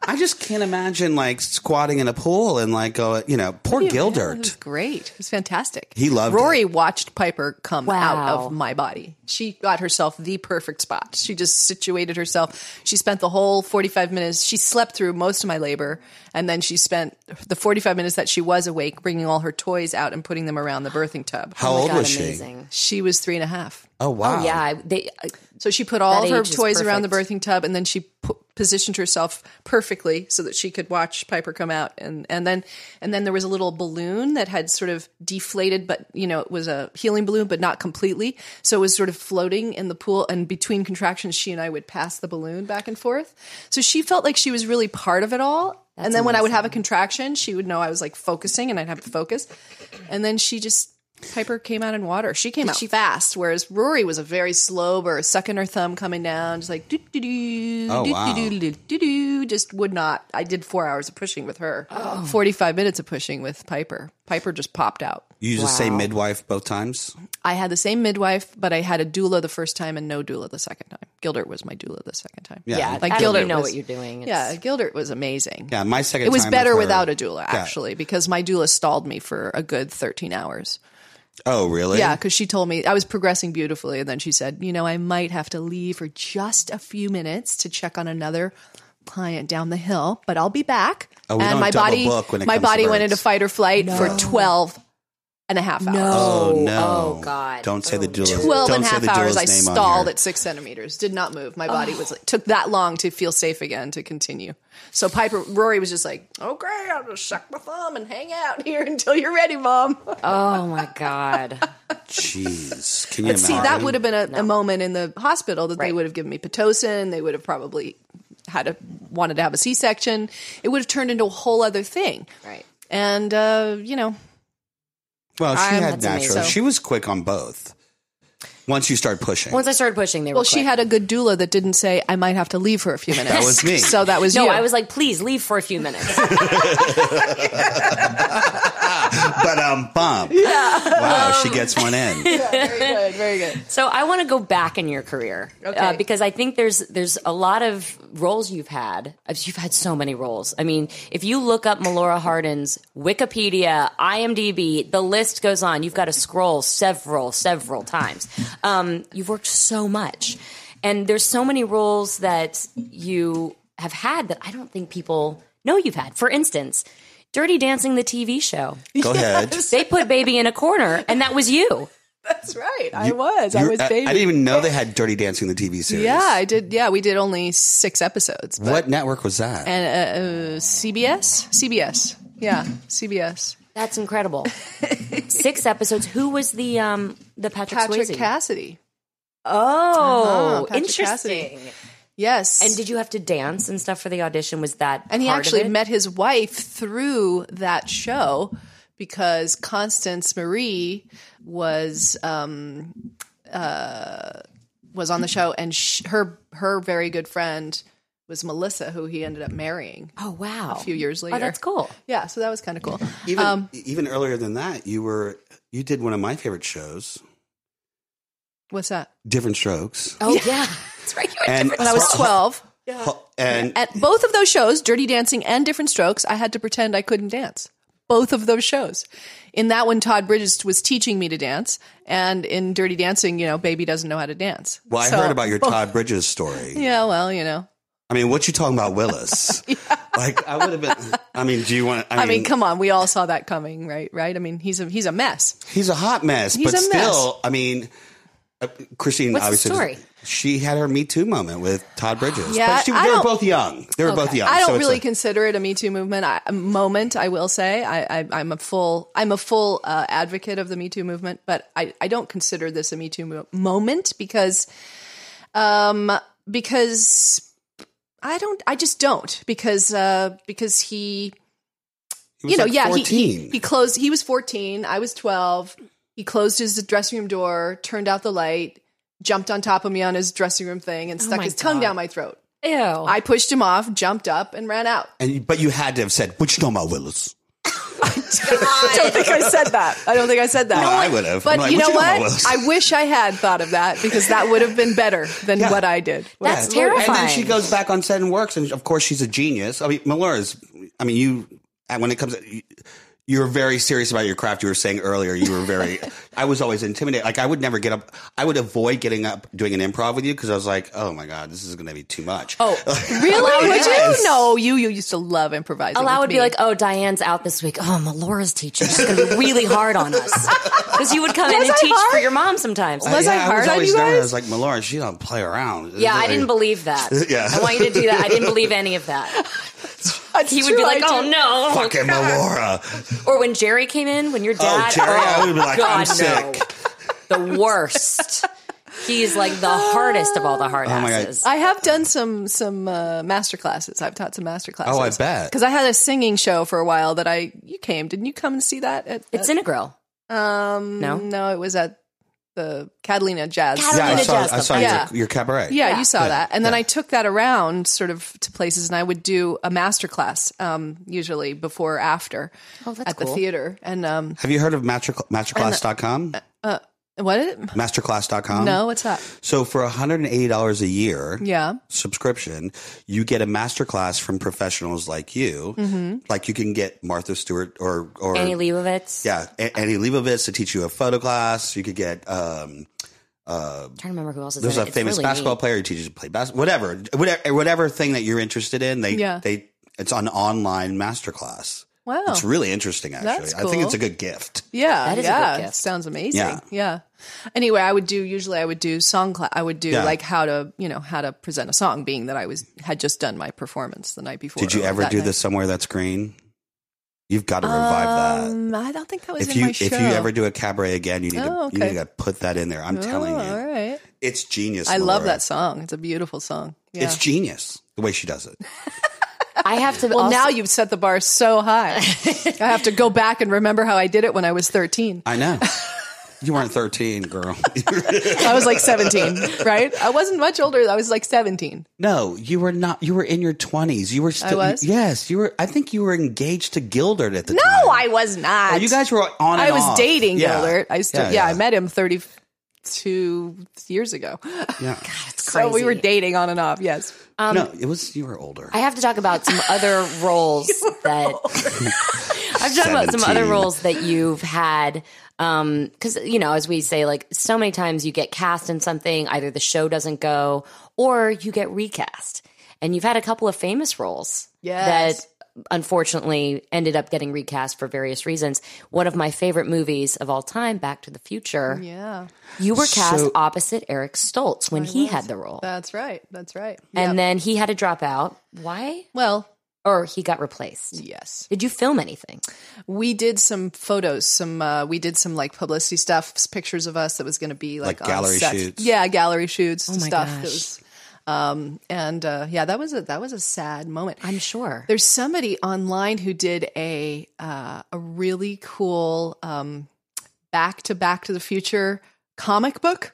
S2: I just can't imagine like squatting in a pool and like go, you know, poor
S3: It was
S2: Gildert.
S3: great. It was fantastic.
S2: He loved
S3: Rory watched Piper come
S1: Wow.
S3: out of my body. She got herself the perfect spot. She just situated herself. She spent the whole 45 minutes. She slept through most of my labor. And then she spent the 45 minutes that she was awake bringing all her toys out and putting them around the birthing tub.
S2: How old
S1: God,
S2: was she?
S1: amazing.
S3: She was three and a half.
S2: Oh wow!
S1: Yeah, I, they. I,
S3: So she put all
S1: That
S3: of her
S1: age is
S3: toys around the
S1: perfect.
S3: birthing tub, and then she p- positioned herself perfectly so that she could watch Piper come out. and And then, and then there was a little balloon that had sort of deflated, but you know, it was a healing balloon, but not completely. So it was sort of floating in the pool, and between contractions, she and I would pass the balloon back and forth. So she felt like she was really part of it all. and then when I would have a contraction, she would know I was like focusing, and I'd have to focus. And then she just Piper came out in water. She came out fast, whereas Rory was a very slow birth, sucking her thumb, coming down, just like doo doo doo,
S2: Oh,
S3: doo
S2: wow.
S3: doo doo doo doo doo. Just would not. I did four hours of pushing with her,
S2: Oh.
S3: forty-five minutes of pushing with Piper. Piper just popped out.
S2: You just say midwife both times.
S3: I had the same midwife, but I had a doula the first time and no doula the second time. Gildert was my doula the second time.
S1: yeah,
S3: Like
S1: like Gilder,
S3: Gildert
S1: you know
S3: was-
S1: what you're doing. It's-
S3: yeah. Gildert was amazing.
S2: Yeah, my second.
S3: It was
S2: time
S3: better
S2: with her-
S3: without a doula, actually, because my doula stalled me for a good 13 hours.
S2: Oh, really?
S3: Yeah, because she told me I was progressing beautifully, and then she said, "You know, I might have to leave for just a few minutes to check on another client down the hill, but I'll be back.
S2: Oh, we
S3: and
S2: don't
S3: my
S2: double
S3: body,
S2: book when it
S3: my
S2: comes to
S3: body went
S2: birds.
S3: into fight or flight for 12 and a half hours.
S2: Oh,
S1: Oh,
S2: no!
S1: oh, God.
S2: Don't say the doula's.
S3: 12
S2: don't
S3: and a
S2: say
S3: half
S2: the
S3: hours
S2: doula's
S3: i
S2: name on
S3: stalled
S2: here.
S3: at six centimeters did not move my body was like took that long to feel safe again to continue so piper rory was just like okay i'll just suck my thumb and hang out here until you're ready mom
S1: Oh my God.
S2: Jeez, can you
S3: see
S2: imagine?
S3: that would have been a, a moment in the hospital that they
S1: Right.
S3: would have given me pitocin they would have probably had a wanted to have a c-section it would have turned into a whole other thing
S1: Right.
S3: and uh, you know
S2: Well, she
S1: I'm-
S2: had
S1: that's amazing.
S2: natural.
S1: So-
S2: She was quick on both. Once you start pushing,
S1: Once I started pushing, they were
S3: well she
S1: quick.
S3: had a good doula that didn't say i might have to leave for a few minutes that
S2: was me.
S3: so that was
S1: No,
S3: you
S1: I was like, please leave for a few minutes.
S2: but um, bump. Yeah. Wow,
S3: Um,
S2: she gets one in.
S3: very good very good
S1: so I want to go back in your career uh,
S3: Okay.
S1: because I think there's there's a lot of roles you've had. Uh, You've had so many roles. I mean, if you look up Melora Hardin's Wikipedia, IMDb, the list goes on. You've got to scroll several, several times. Um, you've worked so much, and there's so many roles that you have had that I don't think people know you've had. For instance, Dirty Dancing, the TV show.
S2: Go ahead.
S1: They put baby in a corner, and that was you.
S3: That's right. I was. I
S2: You-
S3: was baby.
S2: I didn't even know they had Dirty Dancing the TV series.
S3: yeah, I did. Yeah, we did only six episodes. But
S2: What network was that?
S3: CBS? CBS. Yeah, CBS.
S1: That's incredible. Six episodes. Who was the um the Patrick,
S3: Patrick
S1: Swayze?
S3: Cassidy. Uh-huh,
S1: oh,
S3: Patrick
S1: interesting.
S3: Yes.
S1: And did you have to dance and stuff for the audition? Was that
S3: and he
S1: part of
S3: actually
S1: it?
S3: met his wife through that show because Constance Marie was um, uh, was on the show, and sh- her her very good friend was Melissa, who he ended up marrying.
S1: Oh wow! A
S3: few years later.
S1: Oh, that's cool.
S3: Yeah, so that was kind of cool.
S2: even
S3: um,
S2: even earlier than that, you were you did one of my favorite shows,
S3: What's that?
S2: Different Strokes,
S1: Oh yeah, that's right. You were
S2: and
S3: When I was twelve.
S2: and
S3: At both of those shows, Dirty Dancing and Different Strokes, I had to pretend I couldn't dance. Both of those shows. In that one, Todd Bridges was teaching me to dance, and in Dirty Dancing, you know, baby doesn't know how to dance.
S2: well, I
S3: So-
S2: heard about your Todd Bridges story.
S3: Yeah, well, you know.
S2: I mean, what you talking about, Willis? Like, I would have been. I mean, do you want? I mean,
S3: I mean, come on, we all saw that coming, right? Right? I mean, he's a he's a mess.
S2: he's a hot mess,
S3: He's
S2: but
S3: a mess.
S2: still, I mean, uh, Christine
S1: What's the
S2: obviously
S1: story?
S2: she had her Me Too moment with Todd Bridges.
S3: Yeah,
S2: but she,
S3: I
S2: they were
S3: don't-
S2: both young. They were both young.
S3: I don't
S2: Oh, so it's
S3: really
S2: a-
S3: consider it a Me Too movement I, a moment. I will say I, I, I'm a full I'm a full uh, advocate of the Me Too movement, but I, I don't consider this a Me Too mo- moment because um because I don't I just don't because uh because he
S2: he was
S3: you know
S2: like
S3: yeah
S2: 14.
S3: he- he he closed he was 14 I was 12 he closed his dressing room door turned out the light jumped on top of me on his dressing room thing and stuck
S1: Oh my
S3: his tongue
S1: God.
S3: down my throat
S1: Ew.
S3: I pushed him off jumped up and ran out
S2: and but you had to have said, "What you talking about, Willis?"
S3: I don't think I said that. I don't think I said that.
S2: No, I would have.
S3: But
S2: I'm like,
S3: you
S2: "What
S3: know
S2: you talking
S3: what?
S2: about, Willis?"
S3: I wish I had thought of that because that would have been better than
S2: Yeah.
S3: what I did.
S1: That's
S2: Yeah. And then
S1: terrifying.
S2: she goes back on set and works, and of course she's a genius. I mean, Melora's. I mean, you and when it comes, you're very serious about your craft. You were saying earlier, you were very. I was always intimidated. Like I would never get up. I would avoid getting up doing an improv with you because I was like, oh my god, this is going to be too much. Oh,
S3: really? Would you? No, you you used to love improvising.
S1: Allow
S3: with
S1: would be
S3: me.
S1: like, oh, Diane's out this week. Oh, Melora's teaching. She's going to be really hard on us. Because you would come in and
S3: I
S1: teach for
S3: hard?
S1: your mom sometimes.
S3: Was I hard
S2: was
S3: on
S2: always
S3: you
S2: nervous.
S3: guys?
S2: I was like, Melora, she don't play around.
S1: yeah, I didn't believe that.
S2: Yeah.
S1: I want you to do that. I didn't believe any of that.
S3: That's
S1: He would
S3: true,
S1: be like,
S3: I
S1: oh
S3: do.
S1: no.
S2: Fucking Melora.
S1: Or when Jerry came in, when your dad,
S2: Oh, Jerry, I would be like,
S1: God,
S2: I'm sick.
S1: no, the worst. He's like the hardest of all the hard
S2: Oh my God.
S1: asses.
S3: I have done some some uh, master classes. I've taught some master classes.
S2: Oh, I bet.
S3: Because I had a singing show for a while that I you came. Didn't you come and see that? At,
S1: It's in a grill.
S3: um,
S1: No?
S3: no, it was at the Catalina Jazz.
S1: Catalina
S2: Yeah, I
S1: Need to
S2: saw.
S1: jazz
S2: I saw
S1: them.
S2: your,
S3: Yeah.
S2: your cabaret.
S3: Yeah,
S1: Yeah.
S3: you saw
S2: Yeah,
S3: that. And then I took that around sort of to places and I would do a master class, um, usually before or after
S1: Oh, that's
S3: at the
S1: cool.
S3: theater. And um,
S2: Have you heard of master, masterclass.com?
S3: what? It,
S2: masterclass.com?
S3: no, what's that?
S2: So for $180 a year
S3: Yeah.
S2: subscription, you get a masterclass from professionals like you.
S3: Mm-hmm.
S2: Like you can get Martha Stewart or or
S1: Annie Leibovitz.
S2: yeah, A- Annie Leibovitz to teach you a photo class. You could get um,
S1: trying to remember who else is
S2: There's
S1: in
S2: a
S1: it. It's
S2: famous
S1: really
S2: basketball
S1: neat.
S2: player who teaches you to play basketball. Whatever, whatever, whatever thing that you're interested in, they
S3: Yeah.
S2: they it's an online masterclass.
S3: Wow.
S2: it's really interesting. Actually,
S3: That's
S2: I think
S3: cool.
S2: it's a good gift.
S3: Yeah,
S1: That is a
S3: yeah.
S1: good gift.
S3: Sounds amazing.
S2: Yeah.
S3: Yeah. Anyway, I would do usually I would do song class. I would do
S2: Yeah.
S3: like how to you know how to present a song, being that I was had just done my performance the night before.
S2: Did you
S3: or
S2: ever
S3: that
S2: do
S3: night.
S2: this somewhere that's green? You've got to revive that.
S3: Um, I don't think that was
S2: If
S3: in
S2: you
S3: my
S2: if
S3: show.
S2: you ever do a cabaret again, you need to
S3: Oh,
S2: you
S3: okay.
S2: need to put that in there. I'm telling
S3: Oh,
S2: you,
S3: all right.
S2: it's genius.
S3: I love
S2: Laura.
S3: that song. It's a beautiful song. Yeah.
S2: It's genius the way she does it.
S1: I have to.
S3: well,
S1: also-
S3: now you've set the bar so high. I have to go back and remember how I did it when I was 13.
S2: I know. you weren't 13, girl.
S3: I was like 17, right? I wasn't much older. I was like 17.
S2: No, you were not. You were in your twenties. You were still.
S3: was?
S2: Yes, you were. I think you were engaged to Gildert at the
S3: No,
S2: time.
S3: I was not.
S2: Oh, you guys were on.
S3: I
S2: and
S3: was
S2: off.
S3: dating
S2: Yeah.
S3: Gilbert. I still, yeah, I met him 32 years ago.
S2: Yeah.
S1: It's
S3: So we
S1: crazy.
S3: were dating on and off. Yes.
S2: no,
S3: um,
S2: it was you were older.
S1: I have to talk about some other roles that I've talked about some other
S2: 17.
S1: roles that you've had. Um, cause you know, as we say, like so many times you get cast in something, either the show doesn't go or you get recast. And you've had a couple of famous roles
S3: Yes.
S1: that unfortunately ended up getting recast for various reasons. One of my favorite movies of all time, Back to the Future,
S3: Yeah.
S1: you were cast
S2: So-
S1: opposite Eric Stoltz when he had the role.
S3: That's right. That's right.
S1: And then he had to drop out. Why?
S3: well,
S1: Or he got replaced.
S3: yes.
S1: Did you film anything?
S3: We did some photos, some, uh, we did some like publicity stuff, s- pictures of us that was going to be like,
S2: Like
S3: on
S2: gallery
S3: sets.
S2: shoots.
S3: Yeah. Gallery shoots
S1: Oh my
S3: stuff.
S1: gosh.
S3: That was, um, and, uh, yeah, that was a, that was a sad moment.
S1: I'm sure.
S3: There's somebody online who did a uh, a really cool um, back to Back to the Future comic book,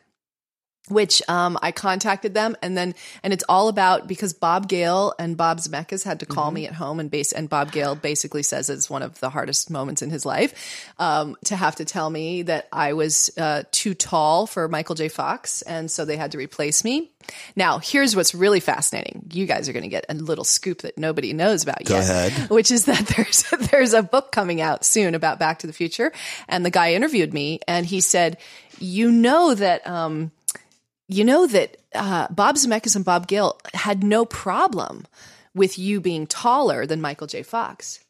S3: which um, I contacted them, and then and it's all about because Bob Gale and Bob Zemeckis had to call
S2: Mm-hmm.
S3: me at home, and base and Bob Gale basically says it's one of the hardest moments in his life um, to have to tell me that I was uh, too tall for Michael J. Fox, and so they had to replace me. Now, here's what's really fascinating. You guys are going to get a little scoop that nobody knows about
S2: Go
S3: yet,
S2: ahead.
S3: which is that there's there's a book coming out soon about Back to the Future, and the guy interviewed me, and he said, "You know that." Um, you know that uh, Bob Zemeckis and Bob Gill had no problem with you being taller than Michael J. Fox.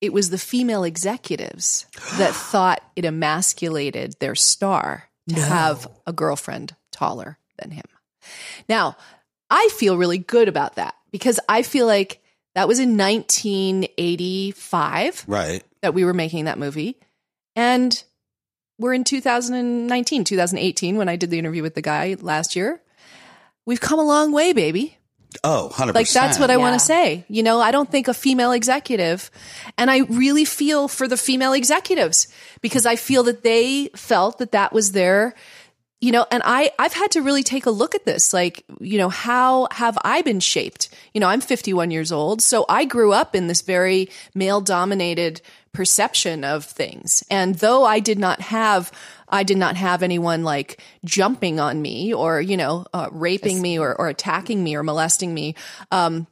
S3: It was the female executives that thought it emasculated their star to have a girlfriend taller than him. Now, I feel really good about that because I feel like that was in 1985
S2: right.
S3: that we were making that movie. And we're in 2019, 2018, when I did the interview with the guy last year. We've come a long way, baby.
S2: Oh, 100
S3: Like, that's what I want
S1: Yeah.
S3: to say. You know, I don't think a female executive, and I really feel for the female executives because I feel that they felt that that was their you know and i i've had to really take a look at this like you know how have i been shaped you know i'm 51 years old so i grew up in this very male dominated perception of things and though i did not have i did not have anyone like jumping on me or you know uh, raping me or, or attacking me or molesting me um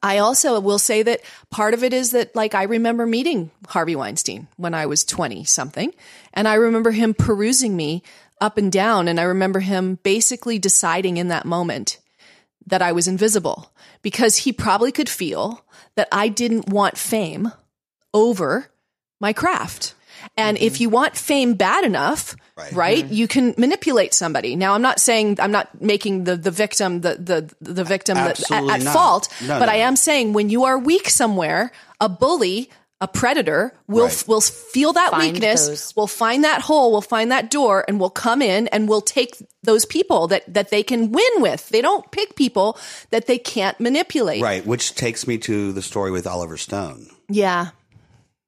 S3: I also will say that part of it is that, like, I remember meeting Harvey Weinstein when I was 20 something, and I remember him perusing me up and down, and I remember him basically deciding in that moment that I was invisible because he probably could feel that I didn't want fame over my craft. And if you want fame bad enough,
S2: Mm-hmm. Right. Mm-hmm.
S3: right, you can manipulate somebody. Now, I'm not saying I'm not making the, the victim the the the victim that- at,
S2: Absolutely
S3: at
S2: not.
S3: fault,
S2: No,
S3: but
S2: no,
S3: I
S2: no.
S3: am saying when you are weak somewhere, a bully, a predator will
S2: Right.
S3: will feel that
S1: Find
S3: weakness,
S1: those.
S3: will find that hole, will find that door, and will come in and will take those people that that they can win with. They don't pick people that they can't manipulate.
S2: Right, which takes me to the story with Oliver Stone.
S3: Yeah.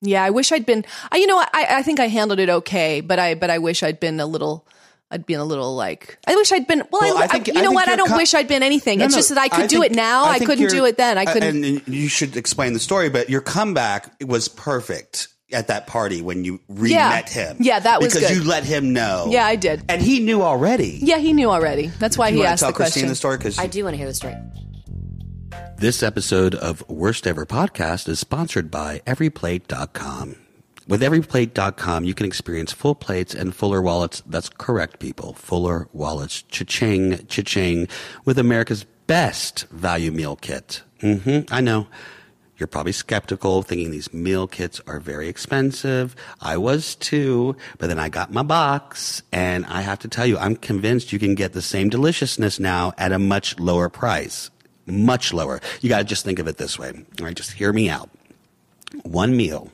S3: Yeah, I wish I'd been. I, you know, what, I, I think I handled it okay, but I, but I wish I'd been a little. I'd been a little like. I wish I'd been. Well,
S2: Well,
S3: I,
S2: I think-
S3: you
S2: I
S3: know
S2: think
S3: what? I
S2: you're
S3: don't
S2: co-
S3: wish I'd been anything.
S2: No,
S3: it's
S2: no,
S3: just that I could do
S2: think-
S3: it now. I,
S2: think
S3: couldn't
S2: you're-
S3: do it then. I couldn't.
S2: And, and you should explain the story, but your comeback was perfect at that party when you re
S3: Yeah.
S2: met him.
S3: Yeah, that was
S2: because
S3: good.
S2: you let him know.
S3: yeah, I did.
S2: and he knew already.
S3: Yeah, he knew already. That's why
S2: You
S3: he
S2: want
S3: asked
S2: to tell
S3: the question.
S2: Christine the story because
S1: I do want to hear the story.
S2: This episode of Worst Ever Podcast is sponsored by EveryPlate.com. With everyplate.com, you can experience full plates and fuller wallets. That's correct, people. Fuller wallets. Cha-ching, cha-ching. With America's best value meal kit. hmm I know. You're probably skeptical, thinking these meal kits are very expensive. I was too, but then I got my box, and I have to tell you, I'm convinced you can get the same deliciousness now at a much lower price. Much lower. You gotta just think of it this way. All right, just hear me out one meal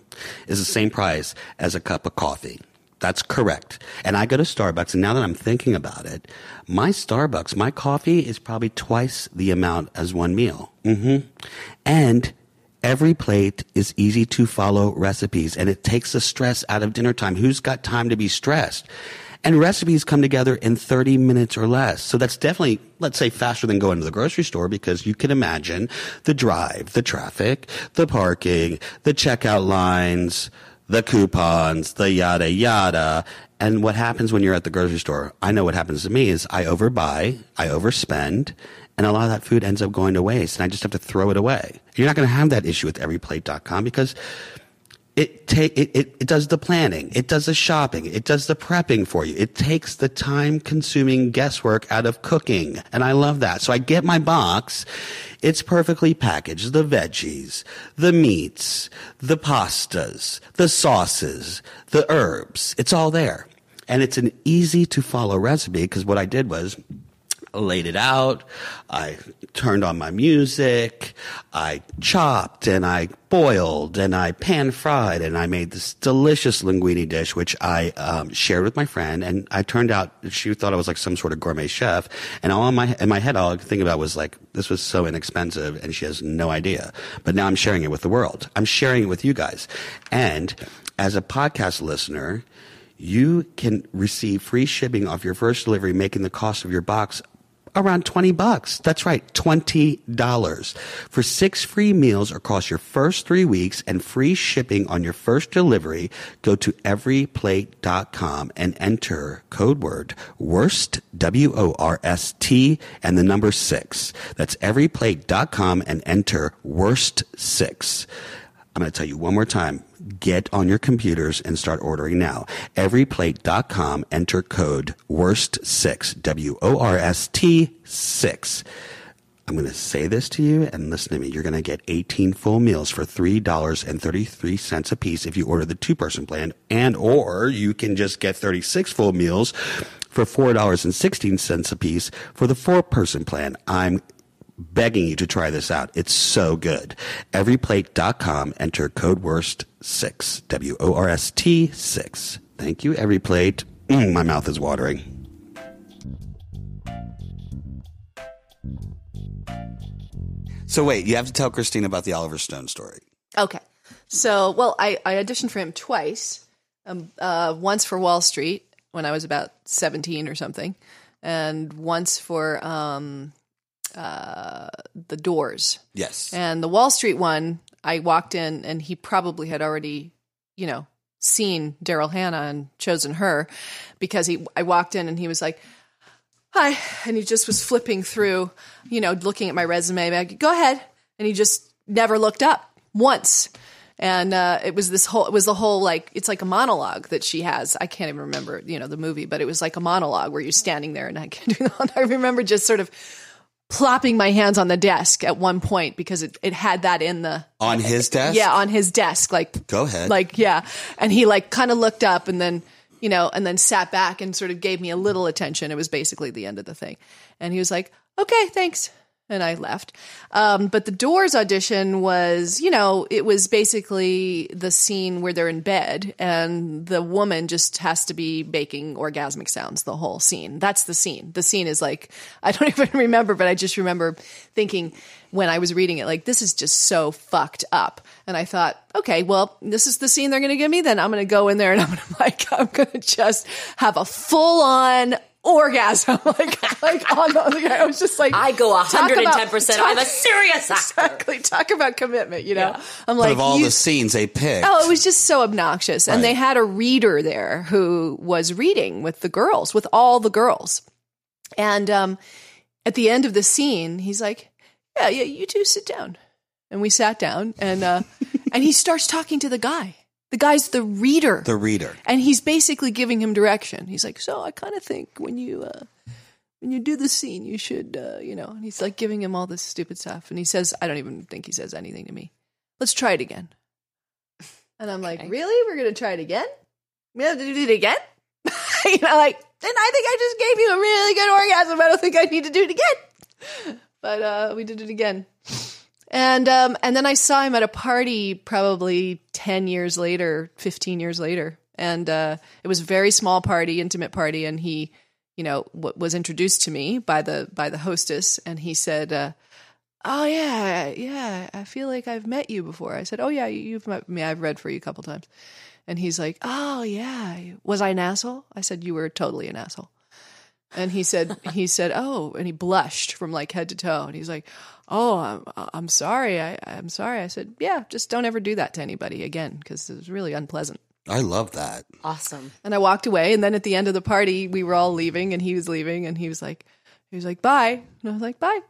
S2: is the same price as a cup of coffee. That's correct. And I go to Starbucks, and now that I'm thinking about it, my Starbucks, my coffee is probably twice the amount as one meal. hmm And every plate is easy to follow recipes, and it takes the stress out of dinner time. Who's got time to be stressed? And recipes come together in 30 minutes or less. So that's definitely, let's say, faster than going to the grocery store because you can imagine the drive, the traffic, the parking, the checkout lines, the coupons, the yada yada. And what happens when you're at the grocery store? I know what happens to me is I overbuy, I overspend, and a lot of that food ends up going to waste. And I just have to throw it away. You're not going to have that issue with everyplate.com because it take it, it, it does the planning it does the shopping it does the prepping for you it takes the time consuming guesswork out of cooking and i love that so i get my box it's perfectly packaged the veggies the meats the pastas the sauces the herbs it's all there and it's an easy to follow recipe because what i did was laid it out. I turned on my music. I chopped and I boiled and I pan fried and I made this delicious linguine dish, which I um, shared with my friend. And I turned out she thought I was like some sort of gourmet chef. And all in my in my head, all I could think about was like, this was so inexpensive, and she has no idea. But now I'm sharing it with the world. I'm sharing it with you guys. And as a podcast listener you can receive free shipping off your first delivery, making the cost of your box around 20 bucks. That's right, $20 for six free meals across your first three weeks and free shipping on your first delivery. Go to everyplate.com and enter code word worst, W O R S T, and the number six. That's everyplate.com and enter worst six. I'm going to tell you one more time. Get on your computers and start ordering now. Everyplate.com, enter code WORST6, W O R S T 6. I'm going to say this to you and listen to me. You're going to get 18 full meals for $3.33 a piece if you order the two-person plan and or you can just get 36 full meals for $4.16 a piece for the four-person plan. I'm begging you to try this out. It's so good. Everyplate.com, enter code WORST6, W O R S T 6. Thank you, Everyplate. Mm, my mouth is watering. So, wait, you have to tell Christine about the Oliver Stone story.
S3: Okay. So, well, I, I auditioned for him twice. Um, uh, once for Wall Street when I was about 17 or something, and once for um, uh, The Doors.
S2: Yes.
S3: And the Wall Street one, I walked in and he probably had already, you know, seen Daryl Hannah and chosen her because he I walked in and he was like, Hi. And he just was flipping through, you know, looking at my resume. Like, Go ahead. And he just never looked up once. And uh, it was this whole, it was the whole like, it's like a monologue that she has. I can't even remember, you know, the movie, but it was like a monologue where you're standing there and I can't do that. I remember just sort of plopping my hands on the desk at one point because it, it had that in the,
S2: On his desk?
S3: yeah, on his desk. Like,
S2: Go ahead.
S3: like yeah and he like kind of looked up and then you know and then sat back and sort of gave me a little attention it was basically the end of the thing and he was like okay thanks and i left um, but the doors audition was you know it was basically the scene where they're in bed and the woman just has to be making orgasmic sounds the whole scene that's the scene the scene is like i don't even remember but i just remember thinking when I was reading it, like, this is just so fucked up. And I thought, okay, well, this is the scene they're going to give me. Then I'm going to go in there and I'm going to like, I'm going to just have a full on orgasm. like, like on the, like, I was just like,
S1: I go
S3: talk about-
S1: 110%. I'm a
S3: talk-
S1: serious actor.
S3: Exactly. Talk about commitment, you know?
S2: But
S3: I'm like,
S2: of all
S3: you-
S2: the scenes they picked.
S3: Oh, it was just so obnoxious. And
S2: Right.
S3: they had a reader there who was reading with the girls, with all the girls. And um, at the end of the scene, he's like, "Yeah, yeah, you two sit down." And we sat down, and uh, and he starts talking to the guy, The guy's the reader.
S2: The reader.
S3: and he's basically giving him direction. He's like, "So I kind of think when you uh, when you do the scene, you should, uh, you know." And he's like giving him all this stupid stuff, and he says, "I don't even think he says anything to me. Let's try it again." And I'm like, "Really? We're gonna try it again? We have to do it again?" you know, like, and I think I just gave you a really good orgasm. I don't think I need to do it again. But uh, we did it again. And um, and then I saw him at a party probably 10 years later, 15 years later. And uh, it was a very small party, intimate party. And he, you know, w- was introduced to me by the by the hostess. And he said, uh, oh, yeah, yeah, I feel like I've met you before. I said, oh, yeah, you- you've met me. I've read for you a couple times. And he's like, oh, yeah, was I an asshole? I said, you were totally an asshole. And he said, he said, oh, and he blushed from like head to toe. And he's like, oh, I'm, I'm sorry. I, I'm sorry. I said, yeah, just don't ever do that to anybody again because it was really unpleasant.
S2: I love that.
S1: Awesome.
S3: And I walked away. And then at the end of the party, we were all leaving and he was leaving and he was like, he was like, bye. And I was like, bye.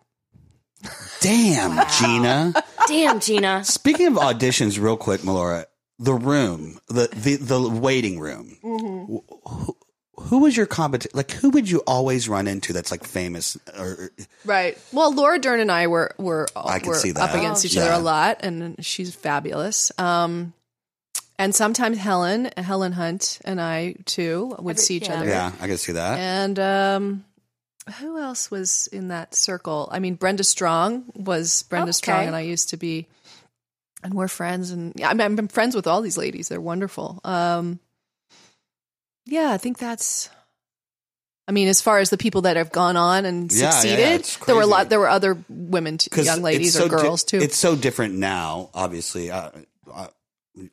S2: Damn, Gina.
S1: Damn, Gina.
S2: Speaking of auditions, real quick, Melora, the room, the the, the waiting room. Wh-
S3: Mm-hmm.
S2: Who, who was your competition? Like, who would you always run into that's like famous? Or
S3: Right. Well, Laura Dern and I were were,
S2: I can
S3: were
S2: see
S3: up
S2: that.
S3: against each
S2: Yeah.
S3: other a lot, and she's fabulous. Um, and sometimes Helen, Helen Hunt, and I too would
S1: Every-
S3: see each
S1: yeah.
S3: other.
S2: yeah, I can see that.
S3: And um, who else was in that circle? I mean, Brenda Strong was Brenda
S1: Okay.
S3: Strong, and I used to be, and we're friends. And yeah, I mean, I'm, I'm friends with all these ladies; they're wonderful. Um, yeah, I think that's. I mean, as far as the people that have gone on and
S2: Yeah, yeah, yeah,
S3: succeeded,
S2: it's
S3: there were a
S2: crazy.
S3: lot. There were other women, t-
S2: 'Cause
S3: young
S2: it's
S3: ladies or
S2: so di-
S3: girls too.
S2: It's so different now. Obviously, uh, uh,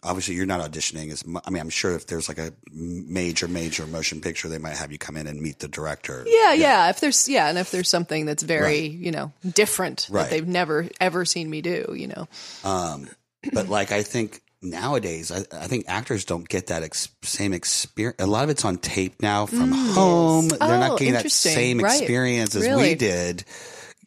S2: obviously, you're not auditioning as. Mu- I mean, I'm sure if there's like a major, major motion picture, they might have you come in and meet the director.
S3: Yeah, yeah. If there's yeah, and if there's something that's very
S2: Right.
S3: you know different
S2: Right.
S3: that they've never ever seen me do, you know.
S2: Um, but like, I think nowadays, I, I think actors don't get that ex- same experience. A lot of it's on tape now from home. They're
S3: Oh,
S2: not getting that
S3: interesting.
S2: same
S3: Right.
S2: experience as
S3: Really.
S2: we did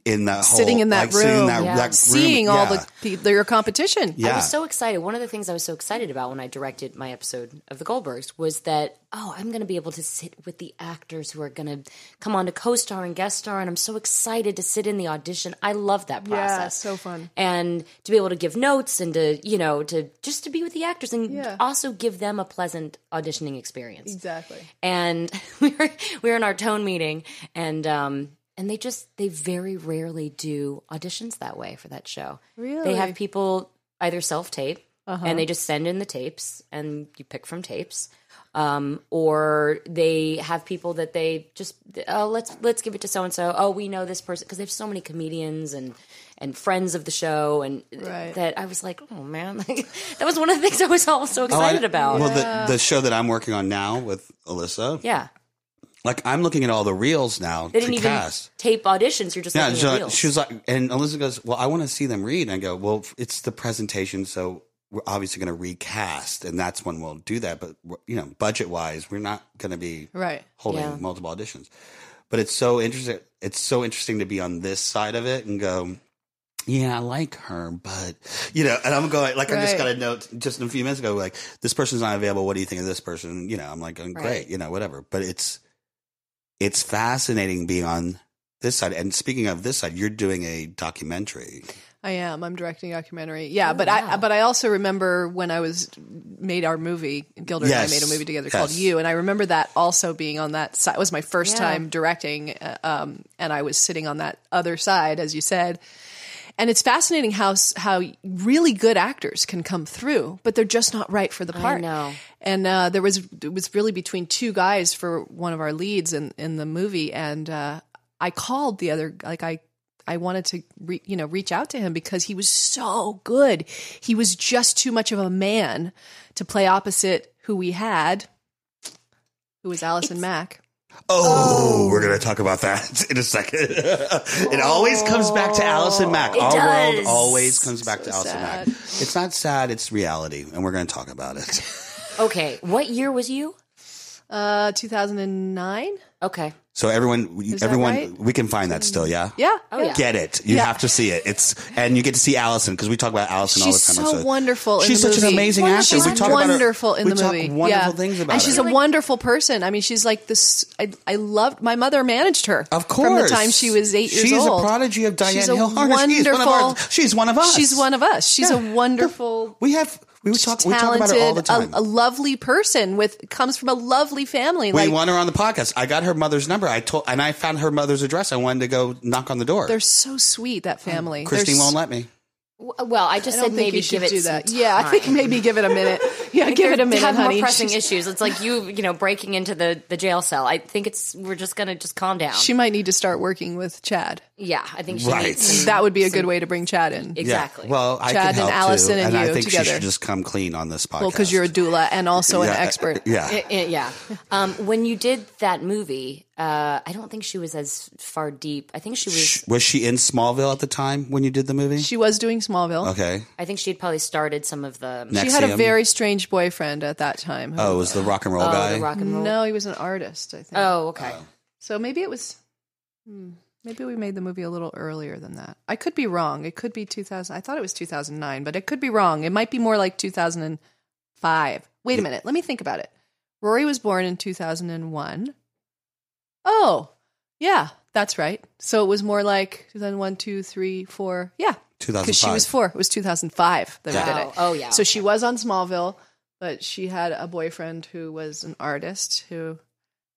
S2: in that whole,
S3: Sitting in
S2: Oh, like,
S3: that
S2: sitting in
S3: room.
S2: that,
S1: Yeah.
S2: that room.
S3: seeing all
S2: Yeah.
S3: the, the their competition.
S2: yeah.
S1: I was so excited. One of the things I was so excited about when I directed my episode of The Goldbergs was that, oh, I'm going to be able to sit with the actors who are going to come on to co star and guest star. And I'm so excited to sit in the audition. I love that process.
S3: so fun.
S1: And to be able to give notes and to, you know, to just to be with the actors and
S3: Yeah.
S1: also give them a pleasant auditioning experience
S3: Exactly.
S1: and we were we were in our tone meeting and um and they just they very rarely do auditions that way for that show.
S3: Really? Uh-huh.
S1: They have people either self tape and they just send in the tapes and you pick from tapes. Um, or they have people that they just oh let's let's give it to so and so oh we know this person because they have so many comedians and and friends of the show and
S3: Right.
S1: that I was like oh man that was one of the things I was all so
S2: Oh, I-
S1: excited about
S2: Well, the, the show that I'm working on now with Alyssa,
S1: yeah
S2: like I'm looking at all the reels now
S1: They
S2: to
S1: didn't even
S2: cast.
S1: tape auditions. You're just
S2: Yeah,
S1: looking
S2: she's
S1: at
S2: like-
S1: reels.
S2: she was like, and Alyssa goes, "Well, I want to see them read." And I go, "Well, it's the presentation, so we're obviously going to recast, and that's when we'll do that." But you know, budget wise, we're not going to be
S3: Right.
S2: holding
S1: Yeah.
S2: multiple auditions. But it's so interesting. It's so interesting to be on this side of it and go, yeah, I like her, but you know, and I'm going like I just
S3: Right.
S2: got a note just a few minutes ago, like this person's not available. What do you think of this person? You know, I'm like, going, great,
S1: Right.
S2: you know, whatever. But it's it's fascinating being on this side. And speaking of this side, you're doing a documentary.
S3: I am. I'm directing a documentary. Yeah,
S1: Oh,
S3: but I
S1: wow.
S3: but I also remember when I was made our movie. Gilder and I
S2: Yes.
S3: made a movie together called
S2: Yes.
S3: You, and I remember that also being on that side. It was my first
S1: Yeah.
S3: time directing, uh, um, and I was sitting on that other side, as you said. And it's fascinating how s- how really good actors can come through, but they're just not right for the part.
S1: know.
S3: And uh, there was it was really between two guys for one of our leads in in the movie, and uh, I called the other like I I wanted to re, you know reach out to him because he was so good. He was just too much of a man to play opposite who we had, who was Allison Mack.
S2: Oh, we're gonna talk about that in a second. it always comes back to Allison Mack. Our
S1: does.
S2: world always comes back to Allison
S3: sad.
S2: Mack. It's not sad; it's reality, and we're gonna talk about it.
S1: okay, what year was you?
S3: Uh, 2009.
S1: Okay.
S2: So everyone,
S3: that
S2: everyone,
S3: right?
S2: we can find that still. Yeah.
S3: Yeah.
S1: Oh, yeah.
S2: Get it. You have to see it. It's and you get to see Allison because we talk about Allison all the
S3: She's
S2: time.
S3: so wonderful. in
S2: She's
S3: the
S2: such an
S3: movie.
S2: amazing actor.
S3: She's
S2: we talk about her-
S3: wonderful in
S2: we
S3: the
S2: talk
S3: movie.
S2: Wonderful
S3: yeah.
S2: things about
S3: And she's
S2: her.
S3: a wonderful person. I mean, she's like this. I, I loved my mother managed her.
S2: Of course.
S3: from the time she was eight years
S2: She's
S3: old.
S2: a prodigy of Diane
S3: She's a
S2: Hill Harness. She's one of
S3: wonderful-
S2: our, She's one of us.
S3: She's one of us. She's
S2: Yeah.
S3: a wonderful.
S2: We have we talk we talk about
S3: talented,
S2: her all the time.
S3: A, a lovely person with comes from a lovely family.
S2: we
S3: like
S2: want her on the podcast. I got her mother's number. I told and I found her mother's address. I wanted to go knock on the door.
S3: they're so sweet. That family. They're
S2: Christine
S3: s-
S2: won't let me.
S1: W- Well, I just
S3: I don't
S1: said
S3: think
S1: maybe
S3: you should
S1: give it
S3: do
S1: some
S3: that. Yeah, I think
S1: time.
S3: maybe give it a minute. Yeah, give it a minute,
S1: have
S3: honey.
S1: more pressing
S3: She's-
S1: issues. It's like you, you know, breaking into the, the jail cell. I think it's we're just gonna just calm down.
S3: She might need to start working with Chad.
S1: yeah, I think she
S2: Right.
S1: needs some-
S3: That would be a good way to bring Chad in.
S1: exactly.
S2: Yeah. Well, I
S3: Chad
S2: can
S3: and
S2: help
S3: Allison
S2: too.
S3: and
S2: I
S3: you
S2: think she
S3: together.
S2: should just come clean on this podcast.
S3: Well, because you're a doula and also
S2: Yeah,
S3: an
S2: uh,
S3: expert.
S2: Yeah.
S1: I- I- yeah. Um, when you did that movie, uh, I don't think she was as far deep. I think she was.
S2: was she in Smallville at the time when you did the movie?
S3: She was doing Smallville.
S2: okay.
S1: I think she had probably started some of the.
S3: She
S2: Next
S3: had
S2: to
S3: a
S2: him.
S3: very strange boyfriend at that time. who-
S2: Oh, it was the rock and roll
S1: oh,
S2: guy.
S1: the rock and roll.
S3: no, he was an artist, I think.
S1: Oh, okay.
S3: So maybe it was. hmm, Maybe we made the movie a little earlier than that. I could be wrong. It could be 2000. I thought it was 2009, but it could be wrong. It might be more like 2005. Wait a minute. Let me think about it. Rory was born in 2001. Oh, yeah, that's right. So it was more like 2001, 2, 3, 4. Yeah. Because she
S2: 2005.
S3: was four. It was 2005 that we
S1: Yeah.
S3: did it.
S1: Oh, oh, yeah.
S3: So she was on Smallville, but she had a boyfriend who was an artist who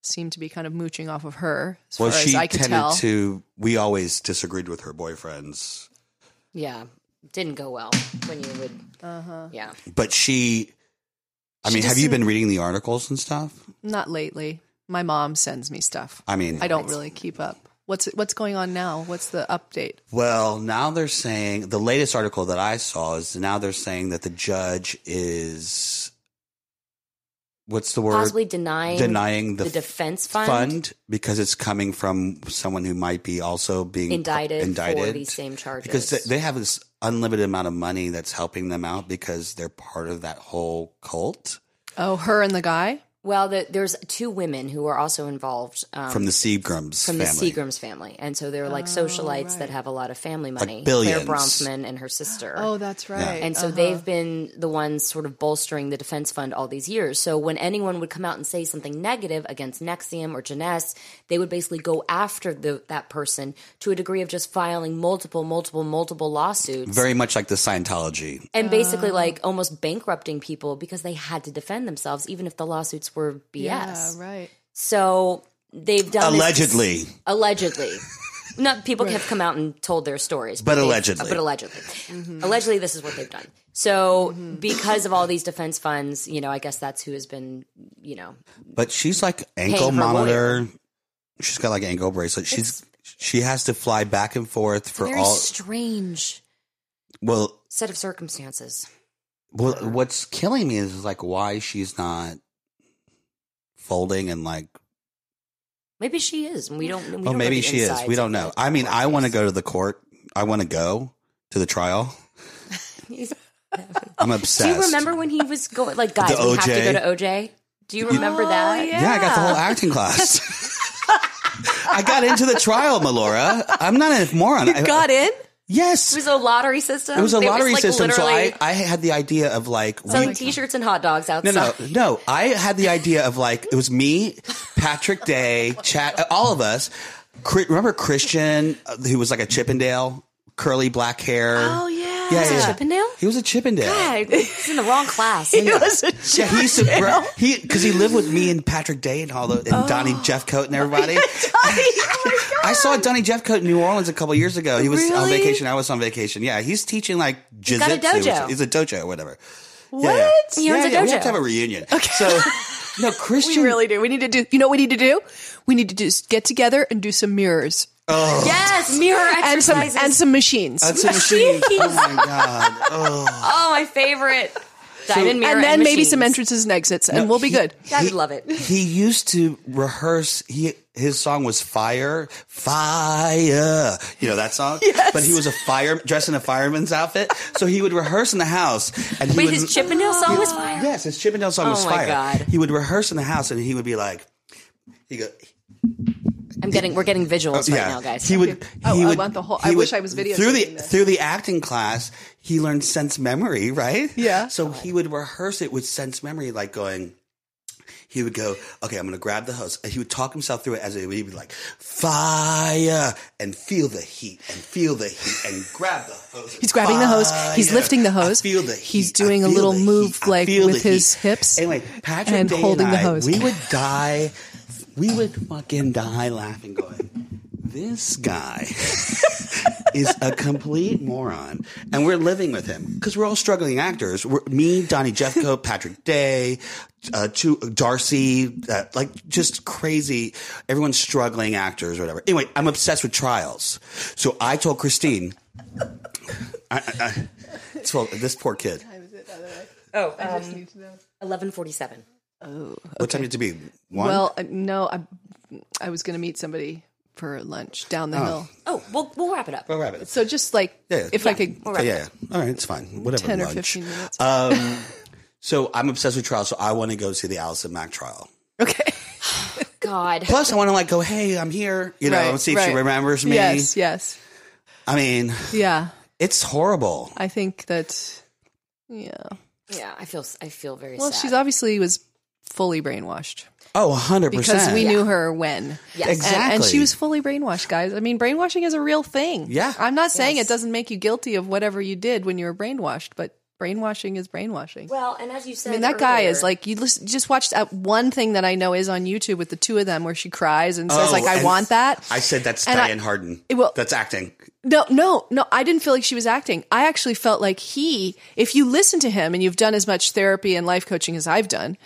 S3: seemed to be kind of mooching off of her, as
S2: Well,
S3: far
S2: she
S3: as I could
S2: tended
S3: tell.
S2: to. We always disagreed with her boyfriends,
S1: Yeah, didn't go well when you would.
S3: Uh-huh.
S1: Yeah.
S2: but she. I
S3: She
S2: mean,
S3: just
S2: have you been
S3: didn't-
S2: reading the articles and stuff?
S3: Not lately. My mom sends me stuff.
S2: I mean,
S3: I don't really keep up. What's what's going on now? What's the update?
S2: Well, now they're saying the latest article that I saw is now they're saying that the judge is. What's the word?
S1: Possibly denying
S2: denying the,
S1: the defense fund?
S2: because it's coming from someone who might be also being
S1: Indicted for
S2: indicted
S1: these same charges.
S2: because they, they have this unlimited amount of money that's helping them out because they're part of that whole cult
S3: Oh, her and the guy.
S1: Well, the, there's two women who are also involved um,
S2: from the Seagrams
S1: from
S2: family.
S1: the Seagrams family, and so they're like
S3: Oh,
S1: socialites that have a lot of family money.
S2: billions.
S1: Claire Bronfman and her sister.
S3: Oh, that's right.
S1: and so they've been the ones sort of bolstering the defense fund all these years. So when anyone would come out and say something negative against Nexium or Jeunesse, they would basically go after the, that person to a degree of just filing multiple, multiple, multiple lawsuits.
S2: Very much like the Scientology.
S1: and
S3: Oh.
S1: basically, like almost bankrupting people because they had to defend themselves, even if the lawsuits were BS.
S3: yeah, right.
S1: So they've done this-
S2: Allegedly.
S1: allegedly. Not people have come out and told their stories,
S2: But
S1: they've-
S2: allegedly.
S1: but allegedly, allegedly, this is what they've done. So because of all these defense funds, you know, I guess that's who has been, you know,
S2: But she's like ankle
S1: her
S2: monitor. She's got like ankle bracelet. She's she has to fly back and forth for
S1: very
S2: all
S1: strange
S2: well
S1: set of circumstances.
S2: Well, what's killing me is like why she's not folding and like.
S1: Maybe she is, and we don't. We
S2: oh,
S1: don't know
S2: maybe
S1: the
S2: she is.
S1: insides
S2: We
S1: of
S2: don't
S1: the
S2: know. I mean, I
S1: court
S2: want to
S1: case.
S2: go to the court. I want to go to the trial. I'm
S1: Do
S2: obsessed.
S1: you remember when he was going? Like, guys,
S2: The
S1: we have to
S2: OJ?
S1: go to OJ. Do you remember that?
S2: Yeah, I got the whole acting class. I got into the trial, Melora. I'm not a moron. I,
S3: Got in.
S2: yes,
S1: It was a lottery system.
S2: it was a lottery
S1: like,
S2: system. So
S1: literally
S2: I, I had the idea of like we-
S1: selling T-shirts and hot dogs outside.
S2: No, no, no. I had the idea of like it was me, Patrick Day, Chad, all of us. Chri- Remember Christian, uh, who was like a Chippendale, curly black hair. Oh
S3: yeah.
S2: yeah, yeah.
S1: Chippendale?
S2: He was a Chippendale.
S1: God, he's in the wrong class.
S2: Yeah, he used to bro- he because he lived with me and Patrick Day and all the and Donnie
S1: Oh.
S2: Jeffcoat and everybody. I saw Donnie Jeffcoat in New Orleans a couple years ago. He was on
S3: Really?
S2: vacation. I was on vacation. Yeah, he's teaching like jiu-jitsu.
S1: got a dojo.
S2: He's a dojo or whatever. What?
S1: He owns a
S2: We
S1: dojo.
S2: have to have a reunion. Okay. So no,
S3: We
S2: Christian
S3: really do. We need to do. You know what we need to do? We need to just get together and do some mirrors
S1: yes, mirror
S3: and some
S1: exercises.
S3: and some machines.
S2: That's a machine. oh my god. Oh.
S1: oh, my favorite. Diamond mirror
S3: and then maybe
S1: machines.
S3: some entrances and exits, and we'll be good.
S1: God, I'd love it.
S2: He used to rehearse. He his song was fire, fire. You know that song.
S3: Yes.
S2: But he was a fire dressed in a fireman's outfit, so he would rehearse in the house. And he
S1: Wait,
S2: would,
S1: his Chippendale song was fire. Oh
S2: Yes, his Chippendale song was
S1: my
S2: fire.
S1: God.
S2: He would rehearse in the house, and he would be like, he go.
S1: I'm getting we're getting visuals right
S2: Oh, yeah,
S1: now, guys.
S2: He would.
S3: Oh,
S2: he
S3: I
S2: would,
S3: want the whole-
S2: he
S3: I
S2: would-
S3: wish I was videotaping
S2: through the
S3: this.
S2: through the acting class. He learned sense memory, right?
S3: Yeah.
S2: So he would rehearse it with sense memory, like going. He would go, okay, I'm going to grab the hose. And he would talk himself through it as it would he'd be like, fire, and feel the heat, and feel the heat, and grab the hose.
S3: He's grabbing the hose. He's
S2: Fire.
S3: lifting the
S2: I
S3: hose.
S2: feel the
S3: He's
S2: heat. I
S3: doing a
S2: feel
S3: little
S2: the
S3: move,
S2: heat. I
S3: like,
S2: feel the
S3: with his
S2: heat.
S3: hips
S2: Anyway, Patrick
S3: and
S2: Day
S3: holding the
S2: I,
S3: hose.
S2: We would die. We would fucking die laughing, going, this guy is a complete moron. And we're living with him because we're all struggling actors. We're, me, Donnie Jeffco, Patrick Day, uh, two, Darcy, uh, like just crazy. Everyone's struggling actors or whatever. Anyway, I'm obsessed with trials. So I told Christine, I, I, I, it's- well, this poor kid.
S1: oh, um, eleven forty seven.
S2: What time did it be? One?
S3: Well, I- no, I, I was going to meet somebody for lunch down the hill.
S1: Oh, we'll we'll wrap it up.
S2: All right.
S3: So just like
S2: Yeah.
S3: if I could,
S2: Yeah, yeah. All right, it's fine. Whatever.
S3: ten or
S2: lunch. Uh,
S3: fifteen minutes.
S2: So I'm obsessed with trials, so I want to go see the Allison Mack trial.
S3: okay.
S1: God.
S2: Plus, I want to like go, hey, I'm here. You know,
S3: Right,
S2: see if she
S3: right.
S2: remembers me.
S3: Yes, yes,
S2: I mean,
S3: yeah.
S2: it's horrible.
S3: I think that, yeah.
S1: Yeah, I feel I feel very
S3: Well,
S1: sad.
S3: she's obviously was fully brainwashed
S2: Oh, 100
S3: because
S2: percent.
S3: we knew her when.
S1: Yes.
S3: And- And,
S2: Exactly.
S3: she was fully brainwashed, guys. I mean, brainwashing is a real thing.
S2: Yeah.
S3: I'm not saying it doesn't make you guilty of whatever you did when you were brainwashed, but brainwashing is brainwashing.
S1: well, and as you said,
S3: I mean, that guy is
S1: earlier-
S3: like you listen, just watched that one thing that I know is on YouTube with the two of them where she cries and says
S2: Oh,
S3: like, "I
S2: and
S3: want that."
S2: I said that's
S3: And I-
S2: Diane Harden.
S3: It will-
S2: that's acting.
S3: No, no, no. I didn't feel like she was acting. I actually felt like he, if you listen to him and you've done as much therapy and life coaching as I've done,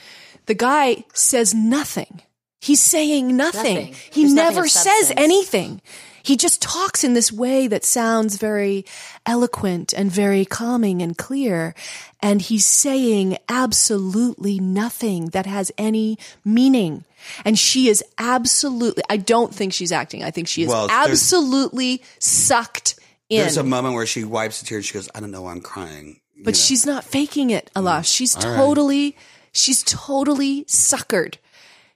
S3: the guy says nothing. He's saying nothing.
S1: Nothing.
S3: He
S1: There's nothing
S3: never
S1: of
S3: says
S1: substance.
S3: anything. He just talks in this way that sounds very eloquent and very calming and clear. And he's saying absolutely nothing that has any meaning. And she is absolutely, I don't think she's acting. I think she is
S2: Well, there's-
S3: absolutely sucked in.
S2: There's a moment where she wipes a tear and she goes, I don't know why I'm crying. You
S3: but
S2: know?
S3: she's not faking it, Allah.
S2: Mm.
S3: She's totally, she's totally suckered.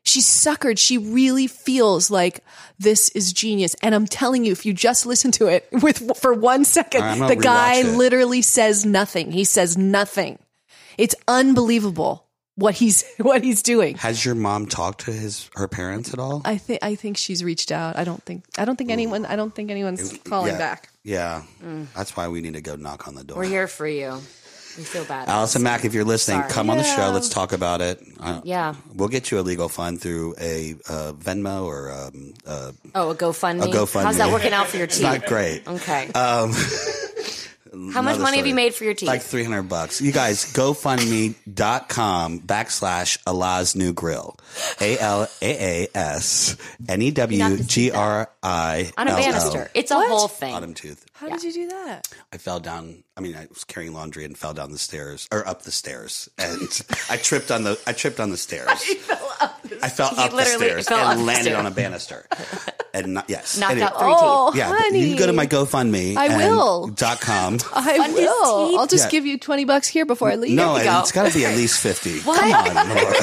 S3: She's suckered. She really feels like this is genius. And I'm telling you, if you just listen to it with for one second,
S2: All right, I'm gonna
S3: the guy
S2: rewatch it.
S3: literally says nothing. He says nothing. It's unbelievable what he's what he's doing.
S2: Has your mom talked to his her parents at all?
S3: I think I think she's reached out. I don't think I don't think anyone I don't think anyone's calling
S2: yeah.
S3: back. Mm.
S2: Yeah. That's why we need to go knock on the door.
S1: we're here for you. We feel bad.
S2: Allison Mack, if you're listening,
S1: Sorry.
S2: come on the show. Let's talk about it. I-
S1: Yeah.
S2: We'll get you a legal fund through a uh, Venmo or um, uh,
S1: Oh, a GoFundMe.
S2: A GoFundMe.
S1: How's that working out for your
S2: It's
S1: team?
S2: not great.
S1: Okay.
S2: Um,
S1: How much
S2: another
S1: money have
S2: story.
S1: you made for your teeth?
S2: Like 300 bucks. You guys, gofundme.com backslash Allah's New Grill. A L A A S N E W G R I.
S1: on a banister. It's a
S3: What?
S1: whole thing.
S2: Autumn tooth.
S3: How did you do that?
S2: I fell down. I mean, I was carrying laundry and fell down the stairs or up the stairs, and I tripped on the I tripped on the stairs. I fell up. The,
S1: literally
S2: stairs
S1: fell up
S2: and
S1: the
S2: landed
S1: stairs.
S2: on a banister, and not, yes,
S1: Knocked
S2: Anyway,
S1: out three
S3: Oh,
S2: Yeah, but
S3: honey.
S2: you can go to my GoFundMe.
S3: I
S2: and-
S3: will.
S2: dot com.
S3: I
S1: his
S3: will.
S1: teeth.
S3: I'll just
S2: Yeah.
S3: give you twenty bucks here before I leave.
S2: No,
S1: we
S2: and
S1: go.
S2: it's got to be at least fifty. Come on, Laura.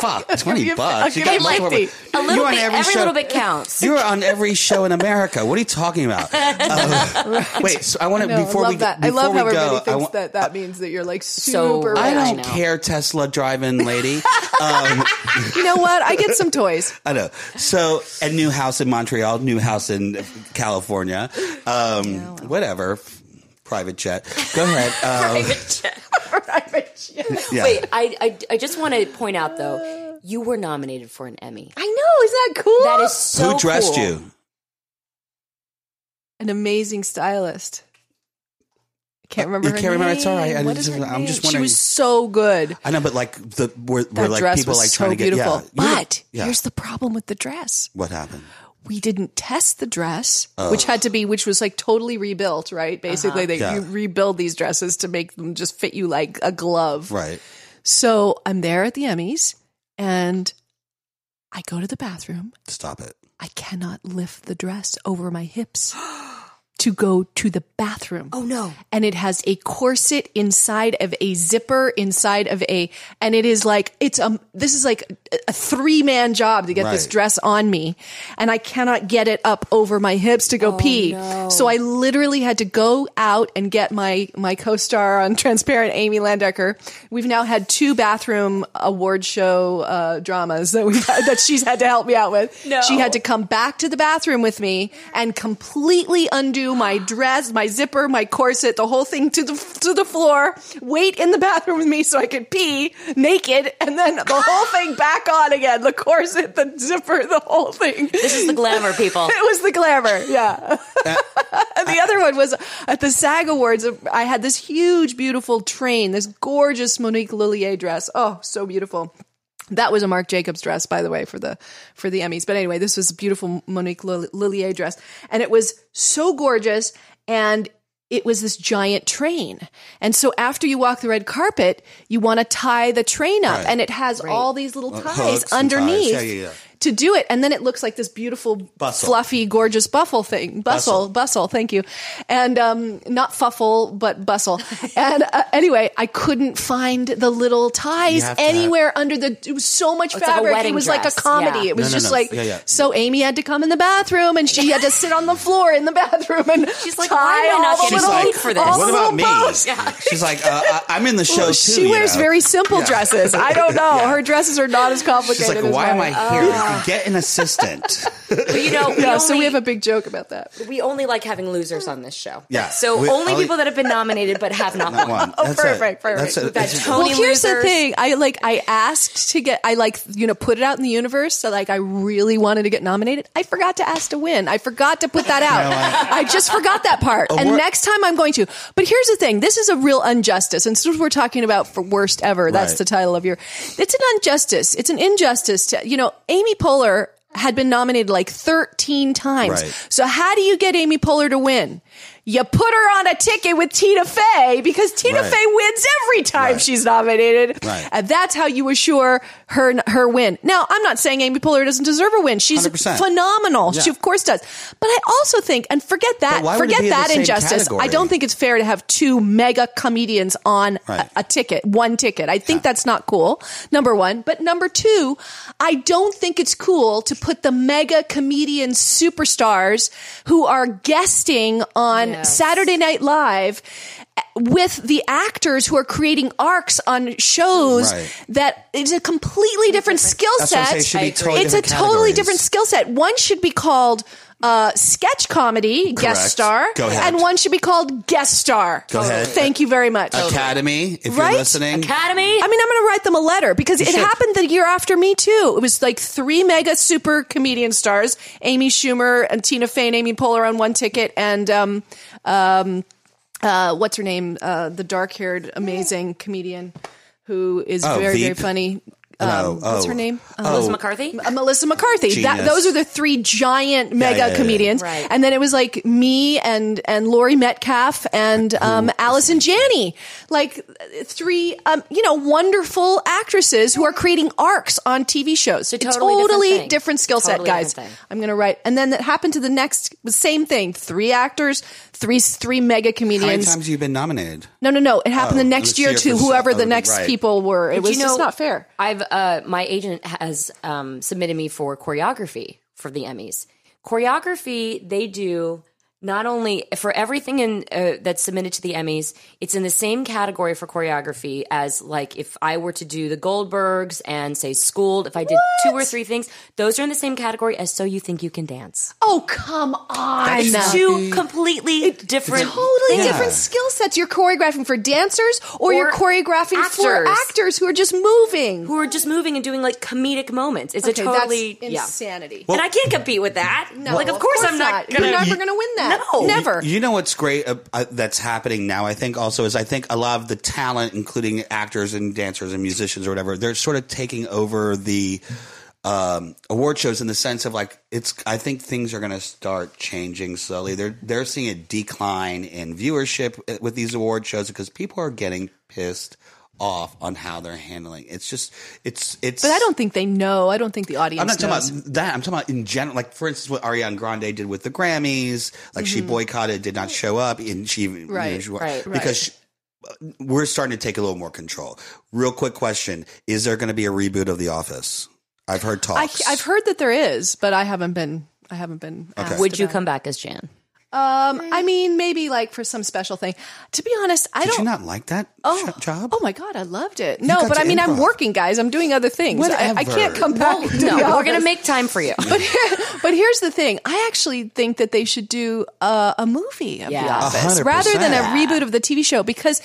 S2: fuck, twenty
S3: you-
S2: bucks.
S3: I'll give
S2: got
S3: you
S2: much more-
S3: 50.
S1: a little
S2: You're on
S1: bit. Every,
S2: every show.
S1: little bit counts.
S2: You're on every show in America. What are you talking about? Um, Wait, so I want to
S3: No,
S2: before
S3: I love
S2: we
S3: that. I
S2: before
S3: love
S2: we
S3: how
S2: go.
S3: everybody thinks
S2: I wa-
S3: that that means that you're like
S1: So
S3: super.
S1: right.
S2: I
S3: rich.
S1: I
S2: don't
S1: know.
S2: care, Tesla driving lady. um,
S3: You know what? I get some toys.
S2: I know. So, a new house in Montreal, new house in California, um, whatever. Private jet. Go ahead. Um, yeah.
S1: Wait, I, I, I just want to point out though, you were nominated for an Emmy.
S3: I know. Is that cool?
S1: That is so.
S2: Who dressed
S1: cool.
S2: you?
S3: an amazing stylist. I can't remember.
S2: You
S3: her
S2: can't remember? It's all right. I
S3: name. What
S2: just-
S3: is her
S2: I'm
S3: name?
S2: just
S3: She
S2: wondering-
S3: was so good.
S2: I know, but like the were, were
S3: That
S2: like
S3: dress
S2: people
S3: was
S2: like
S3: so
S2: trying to get
S3: beautiful.
S2: Yeah, You-
S3: but
S2: yeah.
S3: here's the problem with the dress.
S2: what happened?
S3: we didn't test the dress,
S2: Oh.
S3: which had to be, which was like totally rebuilt, right? Basically, they
S2: Uh-huh. Yeah.
S3: you rebuild these dresses to make them just fit you like a glove.
S2: Right.
S3: So I'm there at the Emmys and I go to the bathroom.
S2: Stop it.
S3: I cannot lift the dress over my hips to go to the bathroom.
S1: Oh no.
S3: And it has a corset inside of a zipper inside of a, and it is like, it's, um, this is like a- a three man job to get this
S2: Right.
S3: dress on me. And I cannot get it up over my hips to go pee. So I literally had to go out and get my, my co-star on Transparent, Amy Landecker. We've now had two bathroom award show, uh, dramas that we that she's had to help me out with.
S1: No.
S3: She had to come back to the bathroom with me and completely undo my dress, my zipper, my corset, the whole thing to the to the floor. Wait in the bathroom with me so I could pee naked, and then the whole thing back on again. The corset, the zipper, the whole thing.
S1: This is the glamour, people.
S3: It was the glamour, yeah. and the other one was at the SAG Awards. I had this huge, beautiful train, this gorgeous Monique Lillier dress. Oh, so beautiful. That was a Marc Jacobs dress, by the way, for the for the Emmys. But anyway, this was a beautiful Monique Lill- Lillier dress, and it was so gorgeous. And it was this giant train, and so after you walk the red carpet, you want to tie the train up,
S2: Right.
S3: and it has all these little ties
S2: hooks and ties.
S3: underneath
S2: Yeah, yeah, yeah.
S3: to do it, and then it looks like this beautiful,
S2: Bustle.
S3: fluffy, gorgeous buffle thing, bustle, bustle.
S2: Bustle.
S3: thank you, and um, not fuffle, but bustle. and uh, anyway, I couldn't find the little ties
S2: have to have-
S3: anywhere under the. It was so much
S1: Oh, like a
S3: fabric. it
S1: wedding
S3: was like
S1: dress.
S3: a comedy.
S1: Yeah.
S3: It was
S2: No, no,
S3: just
S2: no.
S3: like
S2: Yeah, yeah.
S3: so. Amy had to come in the bathroom, and she had to sit on the floor in the bathroom, and she's
S1: like, why am I not getting paid for this?
S3: All
S2: what
S3: the
S2: about
S3: little
S2: me?
S3: bows.
S2: She's like, uh, I, I'm in the show too.
S3: She
S2: you
S3: wears
S2: know?
S3: very simple dresses. I don't know. Her dresses are not as complicated.
S2: She's like,
S3: as
S2: why am I
S3: mine."
S2: here? Get an assistant.
S1: But you know, we
S3: Yeah,
S1: only,
S3: so we have a big joke about that.
S1: we only like having losers on this show.
S2: Yeah.
S1: So
S2: We-
S1: only
S2: only-
S1: people that have been nominated but have not
S2: That
S1: won.
S2: one. That's
S3: Oh,
S2: it.
S3: perfect, perfect.
S2: That's it.
S1: We've got
S2: It's-
S1: Tony
S3: well, here's
S1: losers.
S3: the thing. I like I asked to get I like you know put it out in the universe. So like I really wanted to get nominated. I forgot to ask to win. I forgot to put that out. I just forgot that part. and
S2: we're-
S3: next time I'm going to. But here's the thing. This is a real injustice. And since we're talking about for worst ever, that's
S2: Right.
S3: the title of your. It's an injustice. It's an injustice to you know Amy Poehler had been nominated like 13 times.
S2: Right.
S3: So how do you get Amy Poehler to win? You put her on a ticket with Tina Fey because Tina
S2: Right.
S3: Fey wins every time
S2: Right.
S3: she's nominated.
S2: Right.
S3: And that's how you assure her her win. Now, I'm not saying Amy Poehler doesn't deserve a win. She's
S2: 100%.
S3: phenomenal.
S2: Yeah.
S3: She of course does. But I also think and forget that.
S2: But why would it
S3: Forget
S2: be in the
S3: that
S2: same
S3: injustice. I
S2: category?
S3: don't think it's fair to have two mega comedians on a-
S2: Right.
S3: a, ticket, one ticket. I think that's not cool. Number 1, but number 2, I don't think it's cool to put the mega comedian superstars who are guesting on
S1: Yes.
S3: Saturday Night Live with the actors who are creating arcs on shows
S2: Right.
S3: that is a completely different skill
S2: That's what I'm saying.
S3: set.
S2: It should
S1: I
S2: be
S1: agree.
S2: totally
S3: it's a
S2: different
S3: totally
S2: categories.
S3: different skill set. One should be called uh, sketch comedy guest
S2: Correct.
S3: star,
S2: Go ahead.
S3: and one should be called guest star.
S2: Go ahead.
S3: Thank you very much.
S2: Academy, if
S3: Right?
S2: you're listening.
S1: Academy.
S3: I mean, I'm going to write them a letter because it
S2: should.
S3: happened the year after me too. It was like three mega super comedian stars: Amy Schumer and Tina Fey and Amy Poehler on one ticket, and um, um, uh, what's her name? Uh, the dark-haired, amazing comedian who is
S2: Oh,
S3: very, very
S2: Veep.
S3: funny. Um,
S2: No,
S3: What's
S2: oh.
S3: her name? Uh,
S1: Melissa McCarthy.
S3: uh, Melissa McCarthy. That,
S2: Genius.
S3: those are the three giant
S2: yeah,
S3: mega
S2: yeah, yeah.
S3: comedians.
S1: Right.
S3: And then it was like me and and Lori Metcalf and um, Allison Janney, like uh, three um, you know wonderful actresses who are creating arcs on TV shows. So
S1: totally different
S3: totally
S1: thing.
S3: different skill set,
S1: Totally
S3: guys.
S1: different thing.
S3: I'm gonna write, and then that happened to the next the same thing. Three actors, three three mega
S2: How many
S3: comedians.
S2: times have you been nominated?
S3: no, no, no. It happened
S2: Oh,
S3: the next
S2: this
S3: year
S2: year
S3: to
S2: for the-
S3: whoever the
S2: oh,
S3: next
S2: right.
S3: people were. It
S1: But
S3: was just not fair.
S1: I've uh, my agent has um, submitted me for choreography for the Emmys. Choreography they do not only for everything in uh, that's submitted to the Emmys. It's in the same category for choreography as like if I were to do the Goldbergs and say Schooled. If I did two or three things, those are in the same category as So You Think You Can Dance.
S3: Oh come on!
S1: It's two completely different.
S3: totally
S2: Yeah.
S3: different skill sets. You're choreographing for dancers, or, you're
S1: Or
S3: choreographing for
S1: actors.
S3: actors who are just moving.
S1: Who are just moving and doing like comedic moments. It's
S3: Okay,
S1: a totally
S3: that's
S1: yeah.
S3: insanity.
S1: and I can't compete with that. No, like of course, I'm not.
S3: You're
S1: Gonna,
S3: never going to win that.
S1: No.
S3: never.
S2: Oh, You know what's great uh, uh, that's happening now, I think, also, is I think a lot of the talent, including actors and dancers and musicians or whatever, they're sort of taking over the um, award shows in the sense of like it's. I think things are going to start changing slowly. They're they're seeing a decline in viewership uh, with these award shows because people are getting pissed off on how they're handling. It's just it's it's.
S3: But I don't think they know. I don't think the audience.
S2: I'm not
S3: knows.
S2: talking about that. I'm talking about in general. Like for instance, what Ariana Grande did with the Grammys, like she boycotted, did not show up, and she you know,
S3: Mm-hmm. Right,
S2: she-
S1: right,
S2: because
S3: right.
S2: she- we're starting to take a little more control. Real quick question: Is there going to be a reboot of The Office? I've heard
S3: I,
S2: talks.
S3: I've heard that there is, but I haven't been. I haven't been. asked
S1: Would you
S3: about
S1: come back as Jan?
S3: it. Um, I mean, maybe like for some special thing. To be honest, I
S2: Did
S3: don't.
S2: you not like that oh, job?
S3: Oh my god, I loved it. No,
S2: got
S3: but
S2: to
S3: I mean, I'm
S2: improv.
S3: working, guys. I'm doing other things. I, I can't
S2: Whatever.
S3: come back.
S1: No,
S3: to the
S1: we're
S3: office.
S1: going to make time for you.
S3: But, but here's the thing. I actually think that they should do uh, a movie of The
S1: Yeah. A
S3: Office
S2: hundred
S3: rather than a
S2: percent.
S3: reboot of the TV show because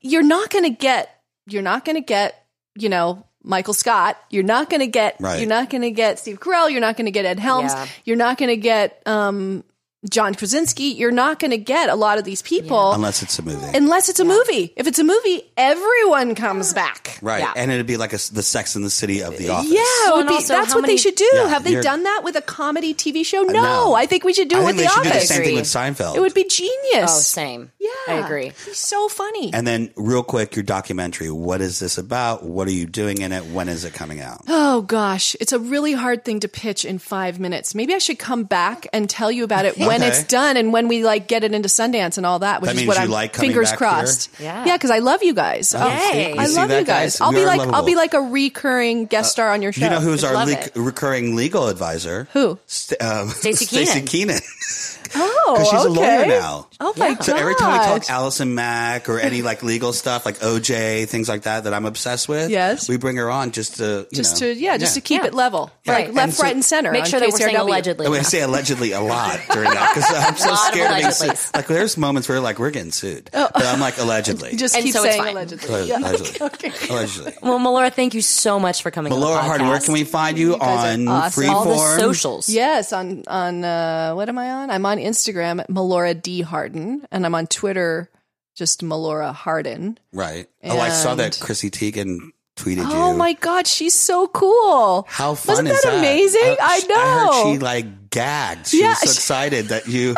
S3: you're not going to get you're not going to get you know Michael Scott. You're not going to get
S2: Right.
S3: you're not going to get Steve Carell. You're not going to get Ed Helms.
S1: Yeah.
S3: You're not going to get um, John Krasinski. You're not going to get a lot of these people
S2: Unless it's a movie,
S3: unless it's a movie. If it's a movie, everyone comes back.
S2: right?
S1: Yeah.
S2: And it'd be like a, the Sex and the City of The Office.
S3: Yeah, it would
S1: and
S3: be-
S1: also
S3: that's
S1: how
S3: what they
S1: many-
S3: should do.
S2: Yeah,
S3: Have they
S2: you're-
S3: done that with a comedy TV show? No,
S2: No.
S3: I think we should do
S2: I
S3: it
S2: think
S3: with
S2: they
S3: The
S2: should do the
S3: Office.
S2: same
S1: Agree.
S2: thing with Seinfeld.
S3: It would be genius.
S1: Oh, same.
S3: Yeah,
S1: I agree.
S3: It'd be so funny.
S2: And then, real quick, your documentary. What is this about? What are you doing in it? When is it coming out?
S3: oh gosh, it's a really hard thing to pitch in five minutes. Maybe I should come back and tell you about it when
S2: Okay.
S3: it's done and when we like get it into Sundance and all that. Which
S2: That
S3: is
S2: means
S3: what
S2: you
S3: I'm
S2: like coming
S3: fingers
S2: back
S3: crossed.
S1: here? Yeah.
S3: yeah, because I love you guys. Oh,
S1: see? You
S3: I
S2: see
S3: love
S2: that,
S3: you guys.
S2: guys?
S3: I'll
S2: We
S3: be
S2: are
S3: like I'll
S2: lovable.
S3: be like a recurring guest star on your show.
S2: You know who's our
S1: love
S2: le-
S1: it.
S2: recurring legal advisor?
S3: Who?
S2: St- um,
S1: Stacey Keenan.
S2: Keenan.
S3: Oh,
S2: Because she's a lawyer
S3: okay.
S2: now.
S3: Oh my god!
S2: So every time we talk Allison Mack or any like legal stuff, like OJ, things like that, that I'm obsessed with,
S3: Yes.
S2: we bring her on just to you
S3: just
S2: know,
S3: to yeah, just to keep
S1: Yeah.
S3: it level, like
S1: Right.
S3: left,
S1: And
S2: so-
S3: right, and center.
S1: Make
S3: on
S1: sure that we're saying
S3: KCRW.
S1: allegedly.
S2: I mean, I
S1: enough.
S2: say allegedly a lot during that because I'm so
S1: lot of
S2: scared of being
S1: allegedlys.
S2: sued. Like there's moments where like we're getting sued, but I'm like allegedly,
S3: Oh. Just
S1: And
S3: keep
S1: so it's
S3: saying
S1: fine.
S3: allegedly. Yeah.
S2: allegedly, allegedly.
S1: well, Melora, thank you so much for coming on
S2: Laura
S1: the podcast.
S2: Hardin, where can we find you,
S3: guys
S2: on
S3: are awesome.
S2: Freeform?
S1: All the socials.
S3: Yes, on on uh, what am I on? I'm on Instagram at Melora D Harden, and I'm on Twitter just Melora Harden.
S2: right? Oh, I saw that
S3: And-
S2: Chrissy Teigen tweeted you.
S3: Oh my God, she's so cool.
S2: How fun
S3: Wasn't
S2: is Oh,
S3: that amazing? I
S2: sh- I
S3: know.
S2: heard she like gagged. She
S3: Yeah,
S2: was so
S3: she-
S2: excited that you.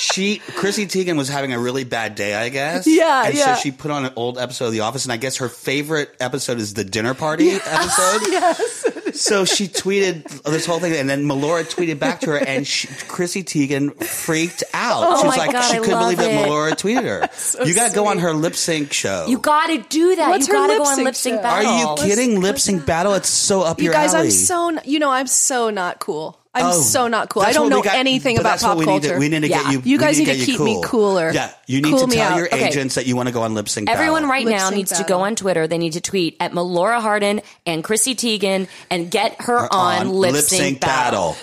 S2: She Chrissy Teigen was having a really bad day, I guess.
S3: Yeah,
S2: and
S3: yeah.
S2: so she put on an old episode of The Office, and I guess her favorite episode is the dinner party episode. yes. So she tweeted this whole thing, and then Melora tweeted back to her, and she, Chrissy Teigen freaked out.
S3: Oh
S2: she was
S1: my
S2: like,
S1: God,
S2: she
S1: I
S2: couldn't
S1: love
S2: believe
S1: it.
S2: that Melora tweeted her. you got to go on her lip sync show.
S1: You got to do that.
S3: What's
S1: you
S3: her
S1: got to go on
S3: lip-sync
S1: lip sync
S3: show?
S2: Are
S1: battle.
S2: you kidding? Lip sync battle? It's so up
S3: You
S2: your
S3: guys,
S2: alley.
S3: I'm so n- you know I'm so not cool. I'm
S2: Oh.
S3: so not cool. I
S2: That's
S3: don't
S2: what we
S3: know
S2: got-
S3: anything
S2: but
S3: about
S2: that's what
S3: pop
S2: we
S3: culture.
S2: Need to, we need to
S1: Yeah.
S2: get you.
S3: You guys
S2: we
S3: need
S2: get
S3: to
S2: you
S3: keep
S2: cool.
S3: me cooler.
S2: Yeah, you need
S3: Cool
S2: to
S3: me
S2: tell
S3: out.
S2: your
S3: Okay.
S2: agents that you want to go on lip sync.
S1: Everyone
S2: battle.
S1: right
S3: Lip
S1: now
S3: sync
S1: needs to
S3: battle.
S1: go on Twitter. They need to tweet at Melora Hardin and Chrissy Teigen and get her on, lip sync battle.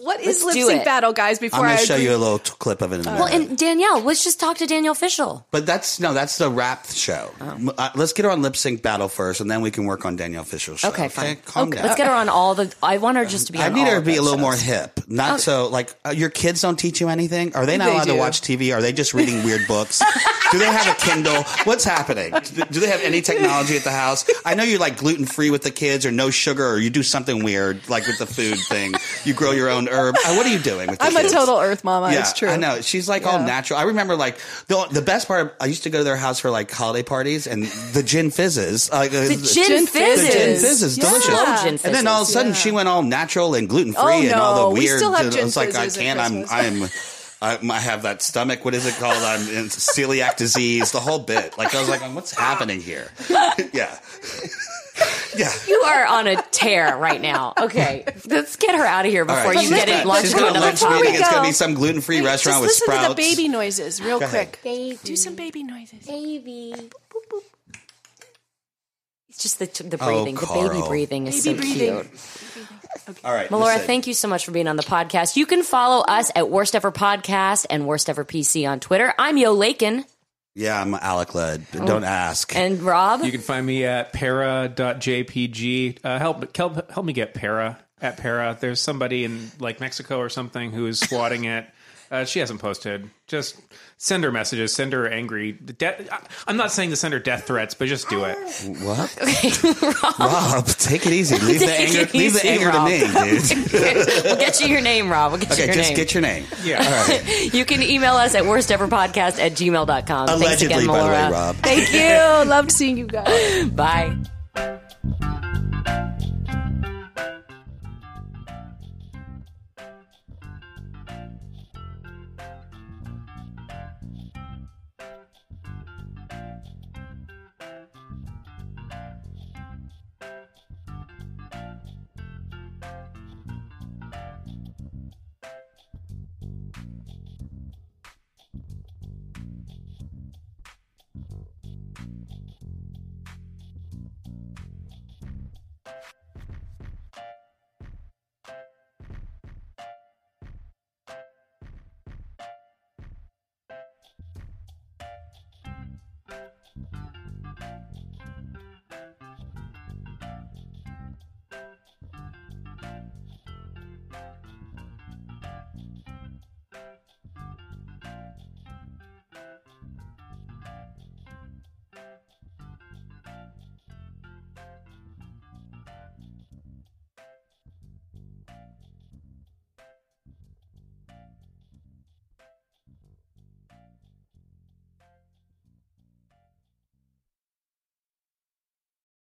S3: What is
S1: Let's
S3: lip
S1: do
S3: sync
S1: it.
S3: battle, guys? Before
S2: I'm
S3: I
S2: going to show
S3: agree-
S2: you a little t- clip of it in a minute.
S1: Well, and Danielle, let's just talk to Danielle Fishel.
S2: but that's no, that's the rap show.
S3: Oh.
S2: M- Uh, let's get her on lip sync battle first, and then we can work on Danielle Fisher's show.
S1: Okay, fine.
S2: calm down.
S1: Let's get her on all the. I want her just to be.
S2: I
S1: on
S2: need
S1: all
S2: her to
S1: of
S2: be a
S1: those
S2: little more
S1: shows.
S2: hip. Not so like uh, your kids don't teach you anything. Are they not
S3: Oh. They
S2: allowed
S3: do.
S2: to watch TV? Are they just reading weird books? do they have a Kindle? What's happening? Do do they have any technology at the house? I know you're like gluten free with the kids, or no sugar, or you do something weird like with the food thing. You grow your own herb. Uh, what are you doing? With the
S3: I'm a
S2: kids?
S3: total Earth mama.
S2: Yeah,
S3: it's true.
S2: I know. She's like all natural. I remember like the the best part. I used to go to their house for like holiday parties, and the gin fizzes. Uh,
S1: The gin,
S3: Gin
S1: fizzes.
S2: the gin fizzes,
S3: Yeah.
S2: delicious.
S1: Slow gin
S2: And then all of a
S1: fizzes,
S2: sudden,
S3: yeah.
S2: she went all natural and gluten free
S3: Oh,
S2: and all
S3: no,
S2: the weird.
S3: we still have gin
S2: it's like I
S3: fizzes at
S2: can't. I'm. I'm. I'm- I have that stomach. What is it called? I'm in celiac disease. The whole bit. Like I was like, what's happening here? yeah, yeah.
S1: You are on a tear right now. Okay, let's get her out of here
S2: All
S1: before
S2: right,
S1: you
S2: she's
S1: get it
S2: back.
S1: launched
S2: She's
S1: into
S2: got a
S1: another
S2: lunch
S3: Before we
S2: meeting.
S1: topic.
S2: It's
S3: go-
S2: gonna be some gluten free restaurant
S3: Just
S2: with
S3: listen
S2: sprouts.
S3: to the baby noises real
S2: ahead.
S3: quick. Do some baby noises.
S4: Baby.
S1: It's just the, the breathing, the
S2: Oh, Carl.
S1: baby breathing is so cute.
S2: All right,
S1: Melora,
S2: listen.
S1: thank you so much for being on the podcast. You can follow us at Worst Ever Podcast and Worst Ever PC on Twitter. I'm Yo Lakin
S2: Yeah, I'm Alec Led. Don't ask.
S1: Oh. and Rob.
S5: You can find me at para.jpg. Uh, help, help, help me get para at para. There's somebody in like Mexico or something who is swatting at Uh, she hasn't posted. Just send her messages. Send her angry. De- I- I'm not saying to send her death threats, but just do it.
S2: What? Rob, take it easy. Leave the
S1: Take it
S2: anger. Leave the
S1: easy,
S2: anger
S1: Rob.
S2: to me, dude.
S1: we'll get you your name, Rob. We'll get you
S2: Okay,
S1: your
S2: just
S1: name.
S2: get your name.
S5: Yeah.
S1: you can email us at worsteverpodcast at gmail.com. Thanks
S2: Allegedly,
S1: again,
S2: by the way,
S1: Melora.
S2: Rob.
S1: Thank you.
S3: loved seeing you guys.
S1: Bye.